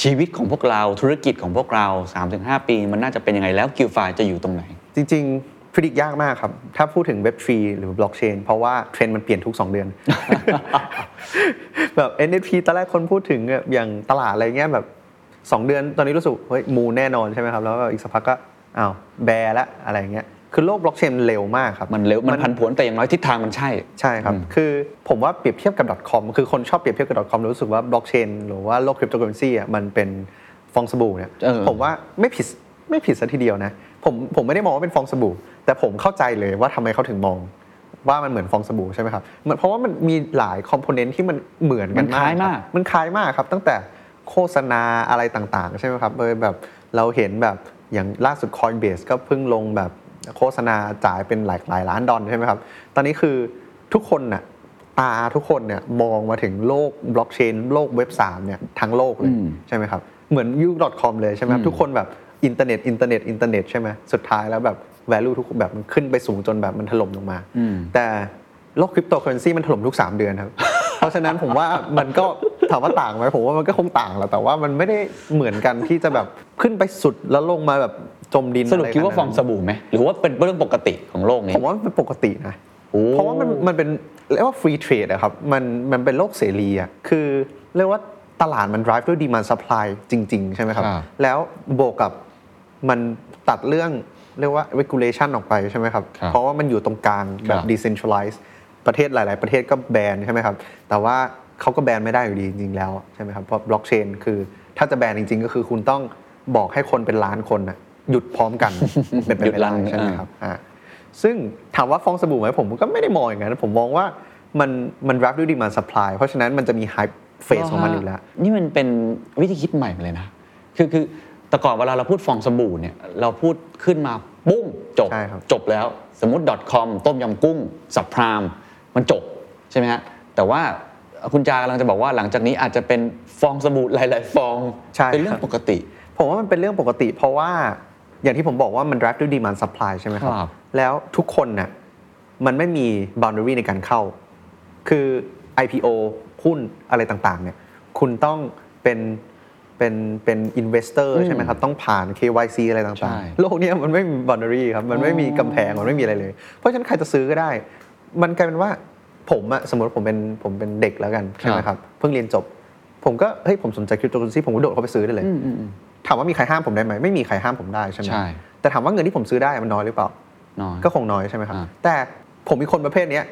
D: ชีวิตของพวกเราธุรกิจของพวกเรา 3-5 ปี มันน่าจะเป็นยังไงแล้วกิลฟาจะอยู่ตรงไหน
A: จริงๆพิจิตยากมากครับ ถ้าพูดถึง Web3 หรือบล็อกเชนเพราะว่าเทรนด์มันเปลี่ยนทุก 2 เดือน *laughs* แบบ NFT ตอนแรกคนพูดถึงแบบอย่างตลาดอะไรเงี้ยแบบ 2 เดือนตอนนี้รู้สึกเฮ้ยมูแน่นอนใช่ไหมครับ แล้วก็อีกสักพักก็อ้าวแบร์ละอะไรเงี้ยคือโลกบล็อกเชนเร็วมากครับ
D: มันเร็วมันพันผวนแต่อย่างน้อยทิศทางมันใช่
A: ใช่ครับ
D: อืม
A: คือผมว่าเปรียบเทียบกับ .com คือคนชอบเปรียบเทียบกับ .com แล้วรู้สึกว่าบล็อกเชนหรือว่าโลกคริปโตเคอเรนซีอ่ะมันเป็นฟองสบู่เนี่ย
D: เออ
A: ผมว่าไม่ผิดไม่ผิดซะทีเดียวนะ ผมผมไม่ได้มองว่าเป็นฟองสบู่ แต่ผมเข้าใจเลยว่าทำไมเขาถึงมองว่ามันเหมือนฟองสบู่ใช่ไหมครับเหมือนเพราะว่ามันมีหลายคอมโพเนนต์ที่มันเหมือนกันมากครับ มันคล้ายมากครับตั้งแต่โฆษณาอะไรต่างๆ ใช่ไหมครับเลยแบบเราเห็นแบบอย่างล่าสุด Coinbase ก็เพิ่งลงแบบโฆษณาจ่ายเป็นหลายหลายล้านดอลลาร์ใช่ไหมครับ ตอนนี้คือทุกคนน่ะตาทุกคนเนี่ยมองมาถึงโลกบล็อกเชนโลกเว็บ3เนี่ยทั้งโลกเลย
D: อืม
A: ใช่ไหมครับ เหมือนยู .com เลยใช่ไหมครับทุกคนแบบอินเทอร์เน็ตอินเทอร์เน็ตอินเทอร์เน็ตใช่ไหมสุดท้ายแล้วแบบ value ทุกแบบมันขึ้นไปสูงจนแบบมันถล่มลงมา
D: อืม
A: แต่โลกคริปโตเคอเรนซีมันถล่มทุก 3 เดือน
D: *laughs*
A: ครับ เพราะฉะนั้นผมว่ามันก็ถามว่าต่างไหมผมว่ามันก็คงต่างแหละแต่ว่ามันไม่ได้เหมือนกันที่จะแบบขึ้นไปสุดแล้วลงมาแบบจมดิน
D: สรุปคิดว่าฟองส
A: ะไรขนด
D: บู่ไหมหรือว่าเป็นเรื่องปกติของโลก
A: นั้น
D: นี้
A: ผมว่ามันเป็นปกตินะ
D: โอ้
A: เพราะว่ามันมันเป็นเรียกว่าฟรีเทรดอะครับมันมันเป็นโลกเสรีอะคือเรียกว่าตลาดมัน drive ด้วย demand supply จริง ๆ ใช่ไหมครับ
D: ครับ
A: แล้วบวกกับมันตัดเรื่องเรียกว่า regulation ออกไปใช่ไหมครับ
D: ครับ
A: เพราะว่ามันอยู่ตรงกลางแบบ
D: ครับ
A: decentralized ประเทศหลาย ๆ ประเทศก็แบนใช่ไหมครับ แต่ว่าเขาก็แบนไม่ได้อยู่ดีจริง ๆ แล้วใช่ไหมครับ เพราะบล็อกเชนคือถ้าจะแบนจริง ๆ ก็คือคุณต้องบอกให้คนเป็นล้านคนนะหยุดพร้อม
D: *laughs*
A: กัน เป็นไป
D: หยุดรั
A: ไม่
D: น
A: ได้ใช่ไหม
D: อ่า
A: ครับอ่าซึ่งถามว่าฟองสบู่ไหมผมก็ไม่ได้มองอย่างนั้นผมมองว่า มันมันรับด้วยดีมา supply เพราะฉะนั้นมันจะมี hype phase ของมันอยู่แล้ว
D: นี่มันเป็นวิธีคิดใหม่ไปเลยนะ คือคือแต่ก่อนเวลาเราพูดฟองสบู่เนี่ยเราพูดขึ้นมาปุ้งจบ
A: ใช่ครับ
D: จบแล้ว สมมติ .com ต้มยำกุ้ง สับพรามมันจบ ใช่ไหมฮะ แต่ว่าคุณจากำลังจะบอกว่าหลังจากนี้อาจจะเป็นฟองสบู่หลาย ๆ ฟอง
A: ใช่
D: เป็นเรื่องปกติ
A: ผมว่ามันเป็นเรื่องปกติ เพราะว่าอย่างที่ผมบอกว่ามันรับด้วยดีมา supply ใช่ไหมครับ
D: ครับ
A: แล้วทุกคนน่ะมันไม่มี boundary ในการเข้า คือ IPO หุ้นอะไรต่างๆเนี่ยคุณต้องเป็นเป็นเป็น investor
D: อืม
A: ใช่ไหมครับต้องผ่าน KYC อะไร
D: ใช่
A: ต่างๆ โลกเนี้ยมันไม่มี boundary ครับมันไม่มี
D: อ๋อ
A: กำแพงมันไม่มีอะไรเลย เพราะฉะนั้นใครจะซื้อก็ได้ มันกลายเป็นว่าผมอะสมมติผมเป็นผมเป็นเด็กแล้วกันใช่ไหมครับเพิ่งเรียนจบ ผมก็เฮ้ยผมสนใจคริปโตเคอเรนซีผมก็โดดเข้าไปซื้อได้เลย
D: อืมอืมอืม
A: ถามว่ามีใครห้ามผมได้ไหมไม่มีใครห้ามผมได้ใช่ไหม
D: ใช่
A: แต่ถามว่าเงินที่ผมซื้อได้มันน้อยหรือเปล่า
D: น้อย
A: ก็คงน้อยใช่ไหมครับ
D: อ่า
A: แต่ผมมีคนประเภทเนี้ย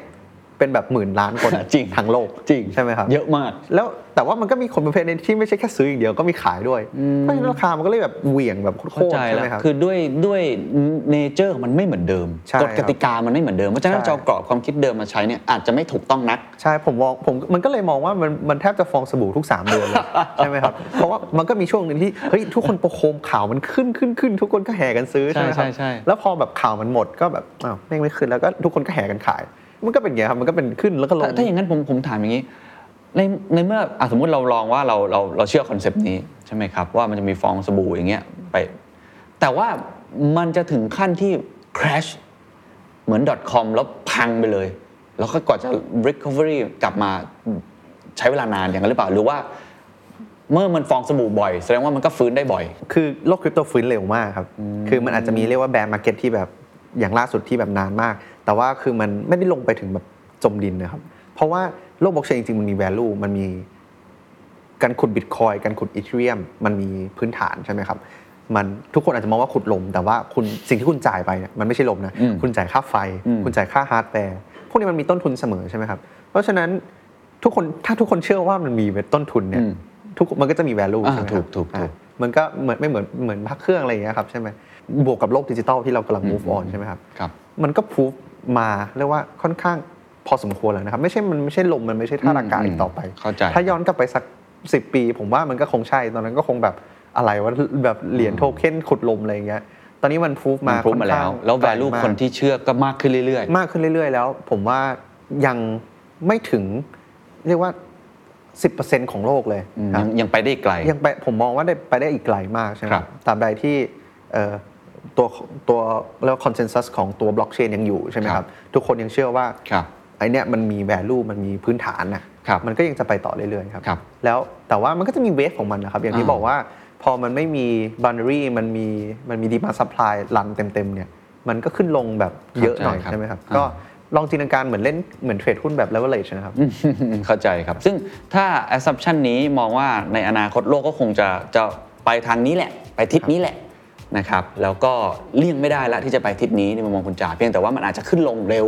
A: เป็นแบบหมื่นล้านคน
D: จริง
A: ทั้งโลก
D: จริง
A: ใช่ไหมครับ
D: เยอะมาก
A: แล้วแต่ว่ามันก็มีคนประเภทนี้ที่ไม่ใช่แค่ซื้ออย่างเดียวก็มีขายด้วย
D: อืม
A: เพราะฉะนั้นราคามันก็เลยแบบเหวี่ยงแบบโค
D: เข้า
A: ตร
D: ใจ
A: ๆใช่
D: แล้ว
A: ไหมครับ
D: คือด้วยด้วยเนเจอร์มันไม่เหมือนเดิม
A: ใช่ครับ
D: กฎกติกามันไม่เหมือนเดิมเพราะฉะนั้น
A: ใช่
D: จะเอากรอบความคิดเดิมมาใช้เนี่ยอาจจะไม่ถูกต้องนัก
A: ใช่ผมมองผมมันก็เลยมองว่ามันมันแทบจะฟองสบู่ทุก 3 เดือนเลย *laughs* ใช่ไหมครับ เพราะว่ามันก็มีช่วงหนึ่งที่เฮ้ยทุกคนประโคมข่าวมันขึ้นขึ้นขึ้น ทุกคนก็แห่กันซื้อใช่ไหมครับ
D: ใช่ใช่ใช่
A: แล้วพอแบบข่าวมันหมดก็แบบอ้าวแม่งไม่ขึ้นแล้วก็ทุกคนก็แห่กันขาย มันก็เป็นอย่างเงยครับมันก็เป็นขึ้นแล้วก็ล
D: ถ้าง ถ้าอย่างนั้นผมผมถามอย่างนี้ ในในเมื่ออะสมมติเราลองว่าเราเราเราเชื่อคอนเซปต์นี้ใช่ไหมครับ ว่ามันจะมีฟองสบู่อย่างเงี้ยไป แต่ว่ามันจะถึงขั้นที่ crash เหมือน .com แล้วพังไปเลย แล้วก็กว่าจะ recovery กลับมาใช้เวลานานอย่างนั้นหรือเปล่าหรือว่า เมื่อมันฟองสบู่บ่อย แสดงว่ามันก็ฟื้นได้บ่อย
A: คือโลกคริปโตฟื้นเร็วมากครับ คือมันอาจจะมีเรียกว่าแบร์มาร์เก็ตที่แบบอย่างล่าสุดที่แบบนานมาก แต่ว่าคือมันไม่ได้ลงไปถึงแบบจมดินนะครับ เพราะว่าโลกบล็อกเชนจริงๆ มันมี value มันมีการขุดบิตคอยการขุดอีเทเรียมมันมีพื้นฐานใช่ไหมครับ มันทุกคนอาจจะมองว่าขุดลม แต่ว่าคุณสิ่งที่คุณจ่ายไปเนี่ยมันไม่ใช่ลมนะ
D: อืม
A: คุณจ่ายค่าไฟ
D: อืม
A: คุณจ่ายค่าฮาร์ดแวร์พวกนี้มันมีต้นทุนเสมอใช่ไหมครับ เพราะฉะนั้นทุกคนถ้าทุกคนเชื่อว่ามันมีต้นทุนเนี่ย
D: อืม
A: ทุกมันก็จะมี value
D: อ่า
A: ใช่ไหม
D: ถูก
A: ครับ
D: ถูกถูก
A: อ่ามันก็เหมือนไม่เหมือนเหมือนพักเครื่องอะไรอย่างเงี้ยครับใช่ไหมบวกกับโลกดิจิทัลที่เรากำลัง move
D: อืม
A: on ใช่ไหมครับ
D: ครับ
A: มันก็พูฟมาเรียกว่าค่อนข้างพอสมควรแล้วนะครับ ไม่ใช่มันไม่ใช่ลมมันไม่ใช่ท่าตุอากาศ
D: อืม
A: อีกต่อไป
D: เข้าใจ
A: ถ้าย้อนกลับไปสัก 10 ปี ผมว่ามันก็คงใช่ตอนนั้นก็คงแบบอะไรว่าแบบเหรียญโทเค็นขุดลมอะไรอย่างเงี้ยตอนนี้มันพูฟ
D: มั
A: มาน
D: พุ่งมาแล้ว แล้ว
A: ไก
D: value
A: มก
D: คนที่เชื่อก็มากขึ้นเรื่อย
A: มากขึ้นเรื่อย ๆ แล้ว ผมว่ายังไม่ถึงเรียกว่า 10%ของโลกเลย
D: ๆ
A: ครั
D: ยั
A: บ
D: งยังไปได้อีกไกล
A: ยังไปผมมองว่าได้ไปได้อีกไกลมากใช่ไหม
D: ครับ
A: ตามใดที่เอ่อตัวตัวแล้วคอนเซนแซสของตัวบล็อกเชนยังอยู่ใช่ไหม
D: ค
A: ค
D: รั
A: รับ บ ทุกคนยังเชื่อว่า
D: ครับ
A: ไอเนี้ยมันมี value มันมีพื้นฐานนะครับ มันก็ยังจะไปต่อเรื่อยๆครับ
D: ครับ
A: แล้วแต่ว่ามันก็จะมีเวฟของมันนะครับ อย่างที่
D: อ่า
A: บอกว่าพอมันไม่มี boundary มันมีมันมีดีมา supply รันเต็มๆเนี่ยมันก็ขึ้นลงแบบเยอะหน่อยใช่ไหมครับก็ลองจินตนาการเหมือนเล่นเหมือนเทรดหุ้นแบบ leverage นะครับ
D: เข้าใจครับ ซึ่งถ้า assumption นี้มองว่าในอนาคตโลกก็คงจะจะไปทางนี้แหละ ไปทิศนี้แหละนะครับ แล้วก็เลี่ยงไม่ได้ละที่จะไปทิศนี้ในมุมมองคุณจ๋าเพียงแต่ว่ามันอาจจะขึ้นลงเร็ว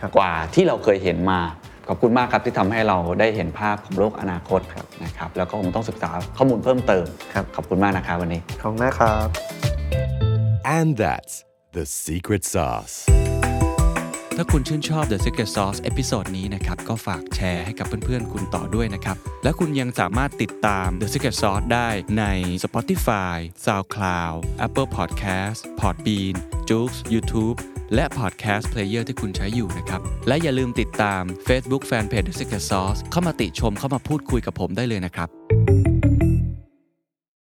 A: ครับ
D: กว่าที่เราเคยเห็นมา ขอบคุณมากครับที่ทำให้เราได้เห็นภาพของโลกอนาคตครับนะครับ แล้วก็คงต้องศึกษาข้อมูลเพิ่มเติม ขอบคุณมากนะครับวันนี้
A: ขอบคุณมากครับ
B: And that's the secret sauce.
E: ถ้าคุณชื่นชอบ The Secret Sauce เอพิโซดนี้นะครับ ก็ฝากแชร์ให้กับเพื่อนๆ คุณต่อด้วยนะครับ และคุณยังสามารถติดตาม The Secret Sauce ได้ใน Spotify, SoundCloud, Apple Podcast, Podbean, j o o x YouTube และ Podcast Player ที่คุณใช้อยู่นะครับ และอย่าลืมติดตาม Facebook Fanpage The Secret Sauce เข้ามาติชมเข้ามาพูดคุยกับผมได้เลยนะครับ